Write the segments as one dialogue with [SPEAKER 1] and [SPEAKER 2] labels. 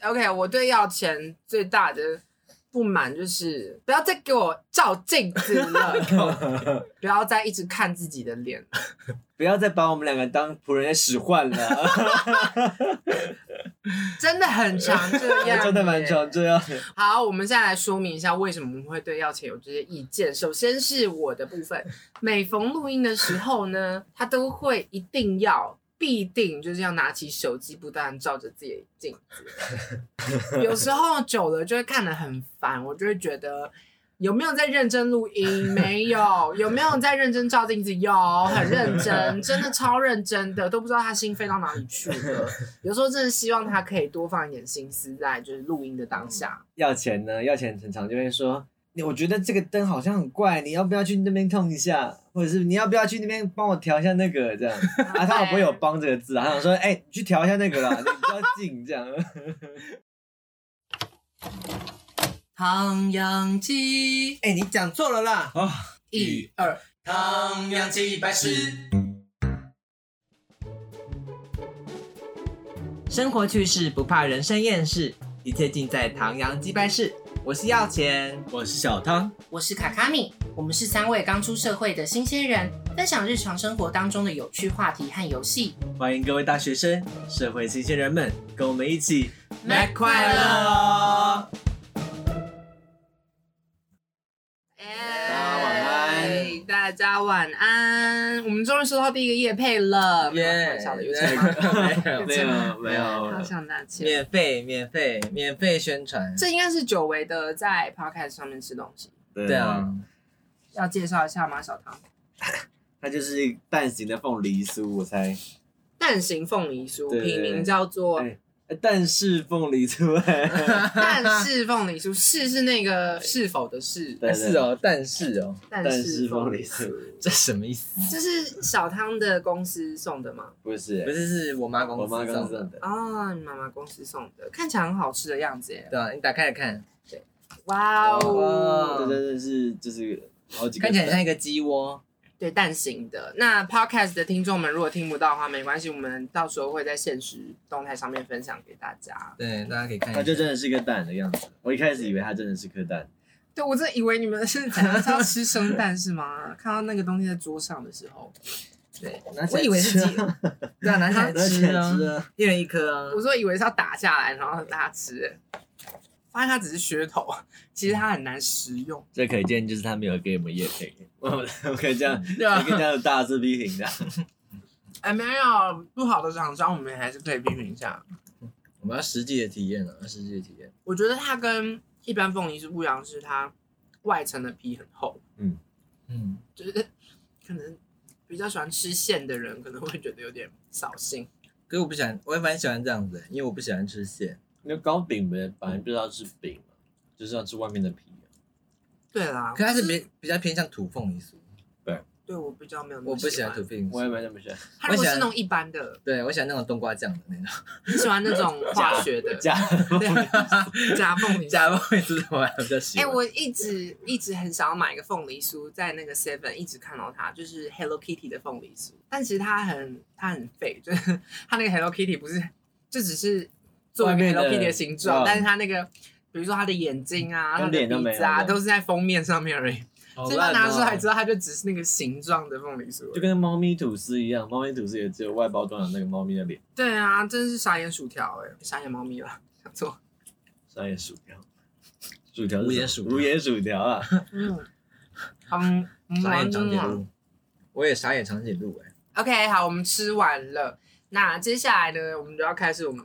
[SPEAKER 1] OK，我对要钱最大的不满就是不要再给我照镜子 了，不要再一直看自己的脸。
[SPEAKER 2] 不要再把我们两个当仆人在使唤了，
[SPEAKER 1] 真的很常这样，
[SPEAKER 2] 真的蛮常。这样的。
[SPEAKER 1] 好，我们现在来说明一下为什么我们会对要钱有这些意见。首先是我的部分，每逢录音的时候呢，他都会一定要。必定就是要拿起手机，不断地照着自己的镜子。有时候久了就会看得很烦，我就会觉得有没有在认真录音？没有，有没有在认真照镜子？有，很认真，真的超认真的，都不知道他心飞到哪里去了。有时候真的希望他可以多放一点心思在就是录音的当下。
[SPEAKER 2] 要钱呢，要钱，很常就会说，你我觉得这个灯好像很怪，你要不要去那边碰一下？或者是你要不要去那边帮我调一下那个 这样？啊，他好不会有“帮”这个字啊，他想说，哎、你去调一下那个 啦，你比较近这样。
[SPEAKER 1] 唐扬鸡，
[SPEAKER 2] 哎、你讲错了啦！啊、
[SPEAKER 1] 一二，
[SPEAKER 3] 唐扬鸡百事。
[SPEAKER 2] 生活趣事不怕人生厌世，一切尽在唐阳鸡拜室。我是要钱，我是小汤，
[SPEAKER 1] 我是卡卡米，我们是三位刚出社会的新鲜人，分享日常生活当中的有趣话题和游戏。
[SPEAKER 2] 欢迎各位大学生、社会新鲜人们，跟我们一起
[SPEAKER 1] 麦快
[SPEAKER 2] 乐。
[SPEAKER 1] 大
[SPEAKER 2] 家晚安，
[SPEAKER 1] 大家晚安。我们终于收到第一个夜配了，开玩笑的，有钱吗？
[SPEAKER 2] 没有没
[SPEAKER 1] 好
[SPEAKER 2] 有，
[SPEAKER 1] 想拿钱。
[SPEAKER 4] 免费，免费，免费宣传。
[SPEAKER 1] 这应该是久违的在 podcast 上面吃东西，
[SPEAKER 2] 对
[SPEAKER 4] 对啊，，
[SPEAKER 1] 要介绍一下吗？小唐，
[SPEAKER 2] 它就是蛋形的凤梨酥，我猜。
[SPEAKER 1] 蛋形凤梨酥，
[SPEAKER 2] 对
[SPEAKER 1] 品名叫做
[SPEAKER 2] 哎呃蛋是凤梨酥，
[SPEAKER 1] 蛋式凤梨酥，是是那个是否的是，
[SPEAKER 2] 对
[SPEAKER 4] 是，哦，但是哦，
[SPEAKER 1] 蛋
[SPEAKER 2] 蛋
[SPEAKER 1] 式
[SPEAKER 2] 式
[SPEAKER 1] 凤
[SPEAKER 2] 凤
[SPEAKER 1] 梨
[SPEAKER 2] 梨
[SPEAKER 1] 酥
[SPEAKER 2] 酥，
[SPEAKER 4] 这什么意思？
[SPEAKER 1] 这是小汤的公司送的吗？
[SPEAKER 2] 不
[SPEAKER 4] 不
[SPEAKER 2] 是，
[SPEAKER 4] 是，是我妈公司
[SPEAKER 2] 我妈刚
[SPEAKER 4] 送
[SPEAKER 2] 送
[SPEAKER 4] 的。
[SPEAKER 2] 的。
[SPEAKER 1] 啊，你妈妈公司送的，看起来很好吃的样子耶！
[SPEAKER 4] 对啊，你打开来看，
[SPEAKER 1] 哇哦
[SPEAKER 4] 哇，
[SPEAKER 2] 这真的是就是好几
[SPEAKER 4] 嗯
[SPEAKER 2] 个
[SPEAKER 4] 看
[SPEAKER 2] 蛋，
[SPEAKER 4] 起来很像一个鸡窝。
[SPEAKER 1] 对蛋形的。那 podcast 的听众们如果听不到的话，没关系，我们到时候会在现实动态上面分享给大家。
[SPEAKER 4] 对，大家可以看一下。
[SPEAKER 2] 它就真的是个蛋的样子。我一开始以为它真的是颗蛋，
[SPEAKER 1] 对我真的以为你们是怎样是要吃生蛋是吗？看到那个东西在桌上的时候，
[SPEAKER 4] 对，
[SPEAKER 2] 拿起
[SPEAKER 4] 我
[SPEAKER 2] 来
[SPEAKER 4] 以为是
[SPEAKER 2] 吃
[SPEAKER 4] 鸡，
[SPEAKER 2] 啊
[SPEAKER 4] 对啊，拿起 来
[SPEAKER 2] 拿 起
[SPEAKER 4] 吃
[SPEAKER 2] 来
[SPEAKER 4] 啊
[SPEAKER 2] 吃，啊。
[SPEAKER 4] 一人一颗啊。
[SPEAKER 1] 我说以为是要打下来然后大家吃，发现它只是噱头，其实它很难食用。
[SPEAKER 2] 这可见就是他没有给我们叶 配，我我可以这样，
[SPEAKER 4] 对
[SPEAKER 1] 啊
[SPEAKER 2] 我可以这样大肆批评的。
[SPEAKER 1] 哎，没有不好的厂商，我们还是可以批评一下。
[SPEAKER 4] 我们要实际的体验啊，实际的体验。
[SPEAKER 1] 我觉得它跟一般凤梨酥不一样，是它外层的皮很厚，
[SPEAKER 4] 嗯，
[SPEAKER 1] 就是可能比较喜欢吃馅的人可能会觉得有点扫兴。
[SPEAKER 4] 可是我不喜欢，我也蛮喜欢这样子的，因为我不喜欢吃蟹。
[SPEAKER 2] 那糕饼本本来不知道是饼嘛，就是要吃外面的皮。
[SPEAKER 1] 对啦，
[SPEAKER 4] 可是它是比比较偏向土凤梨酥，
[SPEAKER 1] 对我比较没有那么
[SPEAKER 4] 我不喜
[SPEAKER 1] 喜
[SPEAKER 4] 欢土凤梨
[SPEAKER 2] 我也
[SPEAKER 4] 酥。
[SPEAKER 2] 没那么喜欢
[SPEAKER 1] 它如果
[SPEAKER 4] 我喜
[SPEAKER 1] 是
[SPEAKER 4] 欢
[SPEAKER 1] 那种一般的，
[SPEAKER 4] 对，我喜欢那种冬瓜酱的那种。
[SPEAKER 1] 你喜欢那种化学的
[SPEAKER 2] 加
[SPEAKER 1] 夹凤梨酥
[SPEAKER 4] 假凤梨酥我还比较喜
[SPEAKER 1] 哎、
[SPEAKER 4] 欢。
[SPEAKER 1] 我一直一直很想要买一个凤梨酥，在那个 Seven 一直看到它，就是 Hello Kitty 的凤梨酥，但其实它很它很废，就是它那个 Hello Kitty 不是就只是做一
[SPEAKER 2] 外
[SPEAKER 1] 个
[SPEAKER 2] 面的
[SPEAKER 1] Hello Kitty 的形状，
[SPEAKER 2] 嗯
[SPEAKER 1] 但是它那个比如说它的眼睛啊、它
[SPEAKER 2] 跟
[SPEAKER 1] 的
[SPEAKER 2] 脸都
[SPEAKER 1] 鼻
[SPEAKER 2] 没有
[SPEAKER 1] 子啊，
[SPEAKER 2] 这样
[SPEAKER 1] 都是在封面上面而已，
[SPEAKER 4] 好
[SPEAKER 1] 所以它
[SPEAKER 4] 烂
[SPEAKER 1] 拿
[SPEAKER 4] 哦
[SPEAKER 1] 出来之后，它就只是那个形状的凤梨酥而
[SPEAKER 2] 就
[SPEAKER 1] 已。
[SPEAKER 2] 跟猫咪吐司一样，猫咪吐司也只有外包装有那个猫咪的脸，
[SPEAKER 1] 对啊，真是傻眼薯条哎、傻眼猫咪了，想错。
[SPEAKER 2] 上面薯条，薯条是什么
[SPEAKER 4] 无盐薯条
[SPEAKER 2] 无盐薯条 啊！
[SPEAKER 1] 嗯，好，嗯
[SPEAKER 4] 傻眼长
[SPEAKER 1] 嗯
[SPEAKER 4] 颈鹿，我也傻眼长颈鹿哎、
[SPEAKER 1] OK，好，我们吃完了。那接下来呢，我们就要开始我们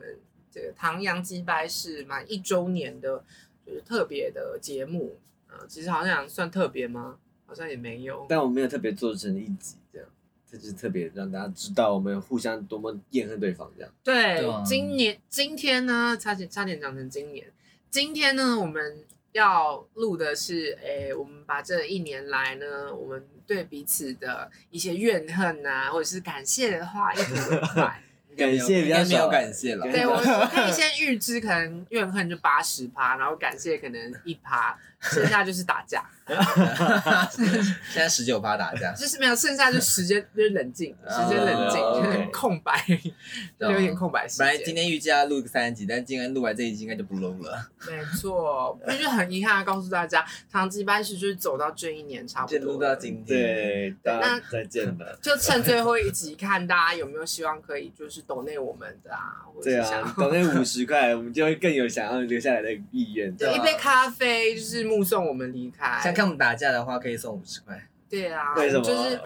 [SPEAKER 1] 这个唐阳鸡掰是满一周年的，就是特别的节目。呃，其实好像算特别吗？好像也没有。
[SPEAKER 2] 但我没有特别做成一集这样，这就是特别让大家知道我们互相多么厌恨对方这样。
[SPEAKER 1] 对，
[SPEAKER 4] 对啊
[SPEAKER 1] 今年今天呢，差点差点讲成今年。今天呢，我们要录的是，诶，我们把这一年来呢，我们对彼此的一些怨恨啊，或者是感谢的话，一吐为快。
[SPEAKER 2] 感谢比较
[SPEAKER 4] 应该没有
[SPEAKER 2] 少，
[SPEAKER 4] 感谢了，
[SPEAKER 2] 对
[SPEAKER 1] 对我我可以先预知，可能怨恨就八十趴，然后感谢可能一趴，剩下就是打架，
[SPEAKER 4] 现在十九趴打架，
[SPEAKER 1] 就是没有剩下就时间就是冷静，时间冷静，
[SPEAKER 2] 哦
[SPEAKER 1] 就是空白，就有点空白时
[SPEAKER 4] 本来
[SPEAKER 1] 间
[SPEAKER 4] 今。天预计要录个三集，但今天录完这一集应该就不录了，
[SPEAKER 1] 没错，那就很遗憾的告诉大家，唐吉班是就是走到这一年差不
[SPEAKER 4] 就
[SPEAKER 1] 多，
[SPEAKER 4] 录到今天。
[SPEAKER 2] 对，大家再见吧。
[SPEAKER 1] 就趁最后一集看大家有没有希望可以就是抖内我们的啊，或者
[SPEAKER 2] 对
[SPEAKER 1] 是想
[SPEAKER 2] 啊，等那五十块，我们就会更有想要留下来的意愿。
[SPEAKER 1] 对
[SPEAKER 4] 对啊
[SPEAKER 1] 一杯咖啡就是目送我们离开。
[SPEAKER 4] 想看我们打架的话，可以送五十块，
[SPEAKER 1] 对啊，
[SPEAKER 2] 为什么？
[SPEAKER 1] 就是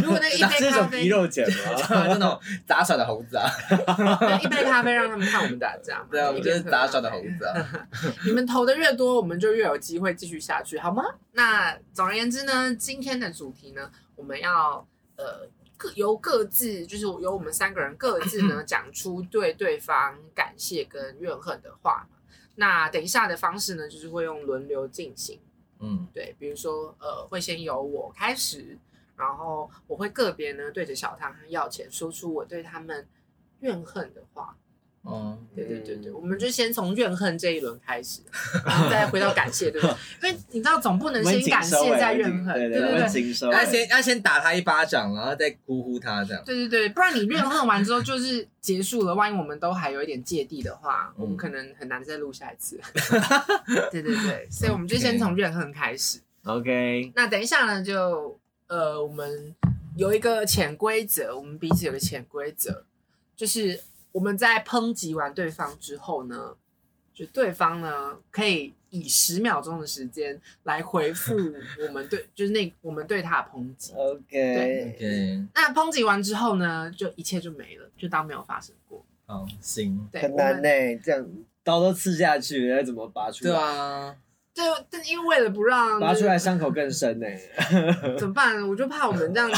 [SPEAKER 1] 如果那一杯
[SPEAKER 2] 这是什
[SPEAKER 1] 咖
[SPEAKER 2] 么皮
[SPEAKER 1] 啡，
[SPEAKER 2] 肉钱吗？
[SPEAKER 4] 就那种杂耍的猴子啊，
[SPEAKER 1] 对一杯咖啡让他们看我们打架嘛。
[SPEAKER 4] 对啊，我
[SPEAKER 1] 一
[SPEAKER 4] 们
[SPEAKER 1] 杯
[SPEAKER 4] 就是
[SPEAKER 1] 咖啡
[SPEAKER 4] 杂耍的猴子啊。
[SPEAKER 1] 你们投的越多，我们就越有机会继续下去，好吗？那总而言之呢，今天的主题呢，我们要呃各由各自，就是由我们三个人各自呢讲出对对方感谢跟怨恨的话嘛。那等一下的方式呢，就是会用轮流进行，
[SPEAKER 4] 嗯，
[SPEAKER 1] 对，比如说呃，会先由我开始，然后我会个别呢对着小唐要钱，说出我对他们怨恨的话，
[SPEAKER 4] 哦，
[SPEAKER 1] 对对对对，
[SPEAKER 2] 嗯
[SPEAKER 1] 我们就先从怨恨这一轮开始，然后再回到感谢， 对不对？因为你知道，总不能先感谢再怨恨，
[SPEAKER 2] 对
[SPEAKER 1] 对
[SPEAKER 2] 对，
[SPEAKER 1] 对
[SPEAKER 2] 温
[SPEAKER 1] 对。
[SPEAKER 2] 情收尾
[SPEAKER 4] 要。先要先打他一巴掌，然后再呼呼他这样。
[SPEAKER 1] 对对对，不然你怨恨完之后就是结束了。万一我们都还有一点芥蒂的话，
[SPEAKER 2] 嗯
[SPEAKER 1] 我们可能很难再录下一 次。对对对，所以我们就先从怨恨开始。
[SPEAKER 2] OK，
[SPEAKER 1] 那等一下呢，就呃，我们有一个潜规则，我们彼此有个潜规则，就是我们在抨击完对方之后呢，就对方呢可以以十秒钟的时间来回复我们对， 就是那我们对他的抨击。
[SPEAKER 2] 哦 OK，
[SPEAKER 4] OK，
[SPEAKER 1] 那抨击完之后呢，就一切就没了，就当没有发生过。
[SPEAKER 4] 好，行。
[SPEAKER 1] 对，
[SPEAKER 2] 很
[SPEAKER 1] 我
[SPEAKER 2] 难
[SPEAKER 1] 们
[SPEAKER 2] 呢，这样刀都刺下去，要怎么拔出
[SPEAKER 4] 对
[SPEAKER 2] 来？
[SPEAKER 4] 啊，
[SPEAKER 1] 对，但因为为了不让
[SPEAKER 2] 拔
[SPEAKER 1] 就
[SPEAKER 2] 出
[SPEAKER 1] 是
[SPEAKER 2] 来伤口更深呢。
[SPEAKER 1] 怎么办？我就怕我们这样，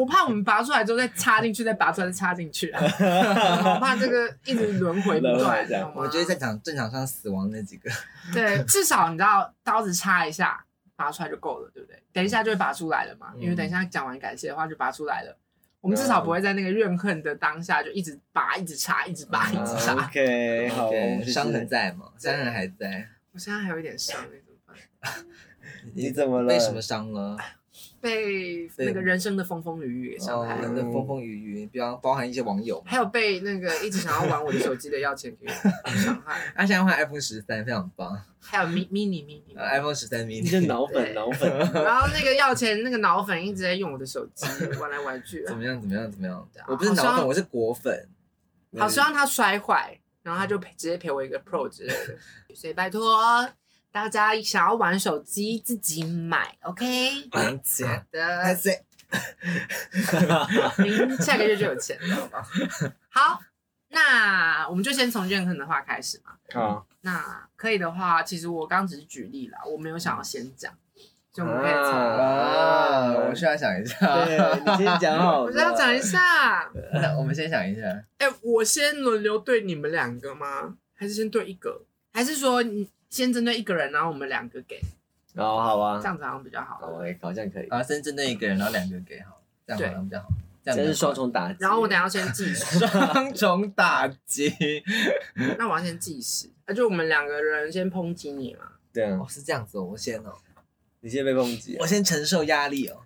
[SPEAKER 1] 我怕我们拔出来之后再插进去，再拔出来再插进去啊！我怕这个一直轮回不
[SPEAKER 2] 轮
[SPEAKER 1] 断，你
[SPEAKER 2] 回这
[SPEAKER 1] 知
[SPEAKER 2] 样
[SPEAKER 1] 道吗？
[SPEAKER 4] 我觉得在场战场上死亡那几个，
[SPEAKER 1] 对，至少你知道刀子插一下，拔出来就够了，对不对？等一下就会拔出来了嘛，因为
[SPEAKER 4] 嗯
[SPEAKER 1] 等一下讲完感谢的话就拔出来了。我们至少不会在那个怨恨的当下就一直拔、一直插、一直拔、一
[SPEAKER 2] 嗯
[SPEAKER 1] 直插。
[SPEAKER 2] OK，好，我们
[SPEAKER 4] 对，
[SPEAKER 2] 试试
[SPEAKER 4] 伤痕在吗？伤痕还在。
[SPEAKER 1] 我现在还有一点伤，那怎么办？
[SPEAKER 2] 你怎么了？
[SPEAKER 4] 被什么伤了？
[SPEAKER 1] 被那个人生的风风雨雨给伤
[SPEAKER 4] 哦，
[SPEAKER 1] 害了。
[SPEAKER 4] 人的风风雨雨，比方包含一些网友嘛，
[SPEAKER 1] 还有被那个一直想要玩我的手机的要钱给我伤害，
[SPEAKER 4] 啊他现在换 iPhone 十三，非常棒。
[SPEAKER 1] 还有 mi- mini mini，
[SPEAKER 4] 呃 iPhone 十三
[SPEAKER 2] 你这
[SPEAKER 4] mini
[SPEAKER 2] 脑粉，脑粉。
[SPEAKER 1] 然后那个要钱那个脑粉一直在用我的手 机玩来玩去，
[SPEAKER 4] 怎么样？怎么样？怎么样
[SPEAKER 1] 对啊？
[SPEAKER 4] 我不是
[SPEAKER 1] 好
[SPEAKER 4] 脑
[SPEAKER 1] 像
[SPEAKER 4] 粉，我是果粉。嗯
[SPEAKER 1] 好希望他摔坏，然后他就赔直接赔我一个 Pro 之类的，所以拜托大家想要玩手机自己买，OK？
[SPEAKER 4] 没钱，
[SPEAKER 1] 的
[SPEAKER 4] 但，是
[SPEAKER 1] 您下个月就有钱了，好不好？ 好，那我们就先从怨恨的话开始嘛。
[SPEAKER 2] 好，
[SPEAKER 1] 那可以的话，其实我刚只是举例啦，我没有想要先讲，所以我们可以从。
[SPEAKER 2] 啊
[SPEAKER 4] 啊，我需要想一
[SPEAKER 2] 对
[SPEAKER 4] 下。
[SPEAKER 2] 你先讲好了。
[SPEAKER 1] 我是要讲一下，
[SPEAKER 4] 那我们先想一下，
[SPEAKER 1] 哎、我先轮流对你们两个吗？还是先对一个？还是说你先针对一个人，然后我们两个给，
[SPEAKER 2] 哦，好
[SPEAKER 1] 这
[SPEAKER 2] 啊，
[SPEAKER 1] 样子好像比较好。
[SPEAKER 2] 好，哎，好像可以。
[SPEAKER 4] 啊，先针对一个人，然后两个给好，这样好像比较好。这样
[SPEAKER 2] 真是
[SPEAKER 4] 比较快
[SPEAKER 2] 双重打击。
[SPEAKER 1] 然后我等一下先计 时，
[SPEAKER 4] 双重打击。
[SPEAKER 1] 那我要先计时，那就我们两个人先抨击你嘛。
[SPEAKER 2] 对啊
[SPEAKER 4] 哦，，是这样子哦，我先哦，
[SPEAKER 2] 你先被攻击
[SPEAKER 4] 我。先承受压力哦。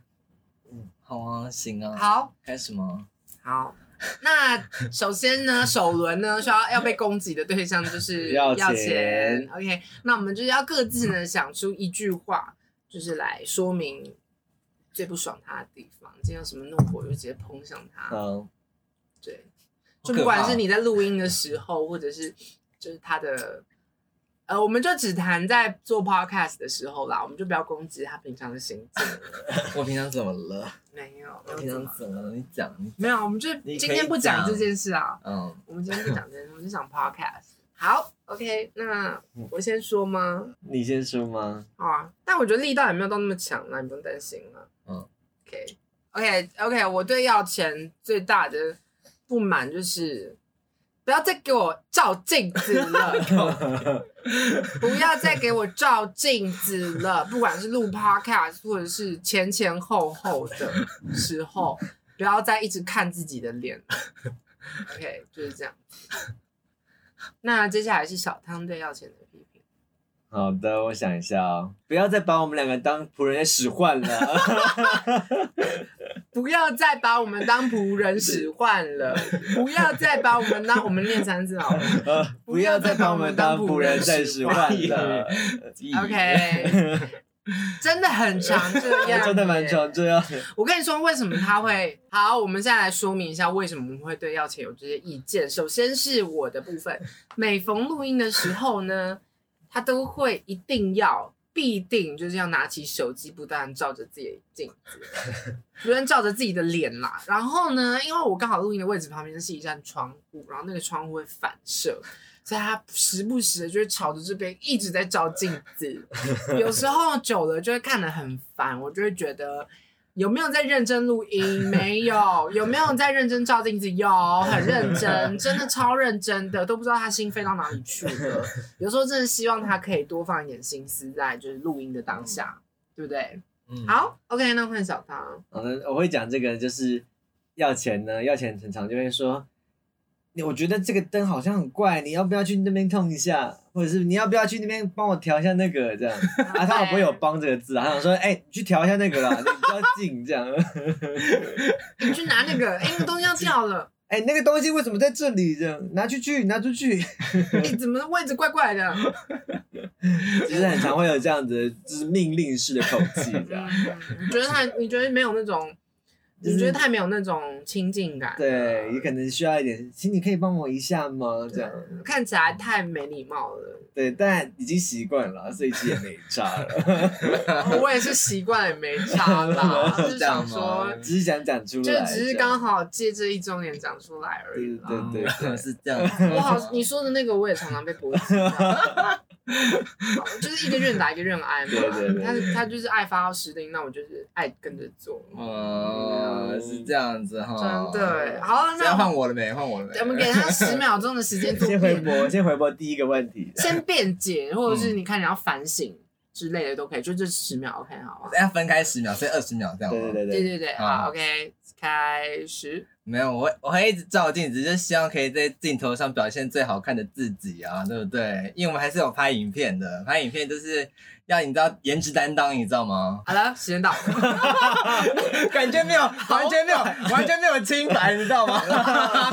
[SPEAKER 4] 嗯，好啊，行啊，，
[SPEAKER 1] 好，
[SPEAKER 4] 开始吗？
[SPEAKER 1] 好。那首先呢，首轮呢需要要被攻击的对象就是
[SPEAKER 2] 要
[SPEAKER 1] 钱。
[SPEAKER 2] 钱
[SPEAKER 1] OK，那我们就是要各自呢想出一句话，就是来说明最不爽他的地方。今天有什么怒火，就直接喷向他。
[SPEAKER 2] 好，
[SPEAKER 1] 对，就
[SPEAKER 4] 好可怕哦
[SPEAKER 1] 不管是你在录音的时候，或者是就是他的，呃，我们就只谈在做 podcast 的时候啦，我们就不要攻击他平常的行径。
[SPEAKER 4] 我平常怎么 了？
[SPEAKER 1] 没有，
[SPEAKER 4] 我
[SPEAKER 1] 没
[SPEAKER 4] 平
[SPEAKER 1] 有怎
[SPEAKER 4] 常
[SPEAKER 1] 么
[SPEAKER 4] 怎么了？你讲，你
[SPEAKER 1] 没有，我们就
[SPEAKER 4] 你可以
[SPEAKER 1] 今天不讲
[SPEAKER 4] 讲
[SPEAKER 1] 这件事啊，
[SPEAKER 4] 嗯，
[SPEAKER 1] 我们今天不讲这件事，我们就讲 podcast。好，OK，那
[SPEAKER 4] 嗯
[SPEAKER 1] 我先说吗？
[SPEAKER 2] 你先说吗？
[SPEAKER 1] 好啊，但我觉得力道也没有到那么强啦，你不用担心啦。
[SPEAKER 4] 嗯
[SPEAKER 1] ，OK，OK，OK，、我对要钱最大的不满就是不要再给我照镜子了，不要再给我照镜子了，不管是录 Podcast 或者是前前后后的时候，不要再一直看自己的脸了。OK，就是这样。那接下来是小汤对要钱的批评。
[SPEAKER 2] 啊好的，我想一下哦，不要再把我们两个当仆人使唤了。
[SPEAKER 1] 不要再把我们当仆人使唤了，不要再把我们当我们练三次好 了。
[SPEAKER 2] 不要再把我们当仆人再使唤了，
[SPEAKER 1] OK，真的很常这 样，
[SPEAKER 2] 真的蛮。常这样的。
[SPEAKER 1] 我跟你说，为什么他会好？我们现在来说明一下为什么我们会对要钱有这些意见。首先是我的部分，每逢录音的时候呢，他都会一定要。必定就是要拿起手机，不断照着自己的镜子，不断照着自己的脸啦。然后呢，因为我刚好录音的位置旁边是一扇窗户，然后那个窗户会反射，所以他时不时的就会朝着这边一直在照镜子。有时候久了就会看得很烦，我就会觉得有没有在认真录 音？没有，有没有在认真照镜子？有，很认真，真的超认真的，都不知道他心飞到哪里去了。 有时候真的希望他可以多放一点心思在就是录音的当下，对不对？
[SPEAKER 4] 嗯，
[SPEAKER 1] 好，OK，那换小 唐，
[SPEAKER 2] 好的，我会讲这个，就是要钱呢，要钱很常就会说，你我觉得这个灯好像很怪，你要不要去那边碰一下，或者是你要不要去那边帮我调一下那个 这样？啊，他好不会有“帮”这个字啊，他想说，哎、你去调一下那个啦，你比较近这样。
[SPEAKER 1] 你去拿那个，哎、那个东西要掉了，
[SPEAKER 2] 哎、那个东西为什么在这里？这样拿出去，拿出去。
[SPEAKER 1] 你、怎么位置怪怪的？
[SPEAKER 2] 其实很常会有这样子，就是命令式的口气这样。
[SPEAKER 1] 嗯你觉得他，你觉得没有那种，
[SPEAKER 2] 就是
[SPEAKER 1] 你觉得太没有那种亲近感，啊
[SPEAKER 2] 对，也可能需要一点，请你可以帮我一下吗？这样，
[SPEAKER 1] 看起来太没礼貌了。
[SPEAKER 2] 对，但已经习惯了，所以其实也没差 了，
[SPEAKER 1] 哦我也是习惯了，也没差
[SPEAKER 2] 哦
[SPEAKER 1] 啦，就是想说，
[SPEAKER 2] 只是想讲出来
[SPEAKER 1] 就
[SPEAKER 2] 这样，
[SPEAKER 1] 只是刚好借这一周年讲出来而已
[SPEAKER 2] 对
[SPEAKER 1] 啦。
[SPEAKER 2] 对 对
[SPEAKER 4] 是这样 子。
[SPEAKER 1] 我 好，你说的那个我也常常被波及 到，就是一个愿打一个愿挨嘛。
[SPEAKER 2] 对对对对
[SPEAKER 1] 他他就是爱发号施令，那我就是爱跟着做。
[SPEAKER 4] 哦，是这样子哈。
[SPEAKER 1] 真的欸好那
[SPEAKER 4] 现在换我了没？换我了没？
[SPEAKER 1] 我们给他十秒钟的时间做
[SPEAKER 2] 先回
[SPEAKER 1] 辩
[SPEAKER 2] 驳，先回驳第一个问题。
[SPEAKER 1] 先辩解，或者是
[SPEAKER 2] 嗯
[SPEAKER 1] 你看你要反省之类的都可以，就这十秒 OK 好吗？
[SPEAKER 4] 等下分开十秒，所以二十秒这样吗。
[SPEAKER 2] 对对对啊
[SPEAKER 1] 对对
[SPEAKER 2] 对，
[SPEAKER 1] 对，
[SPEAKER 4] 好
[SPEAKER 1] 好 OK，开始。？
[SPEAKER 4] 没有，我会我会一直照镜子，就是希望可以在镜头上表现最好看的自己啊，对不对？因为我们还是有拍影片的，拍影片就是要你知道颜值担当，你知道吗
[SPEAKER 1] 好了，时间到。
[SPEAKER 4] 感觉没有，完全没有，完全没有清白，你知 道 吗？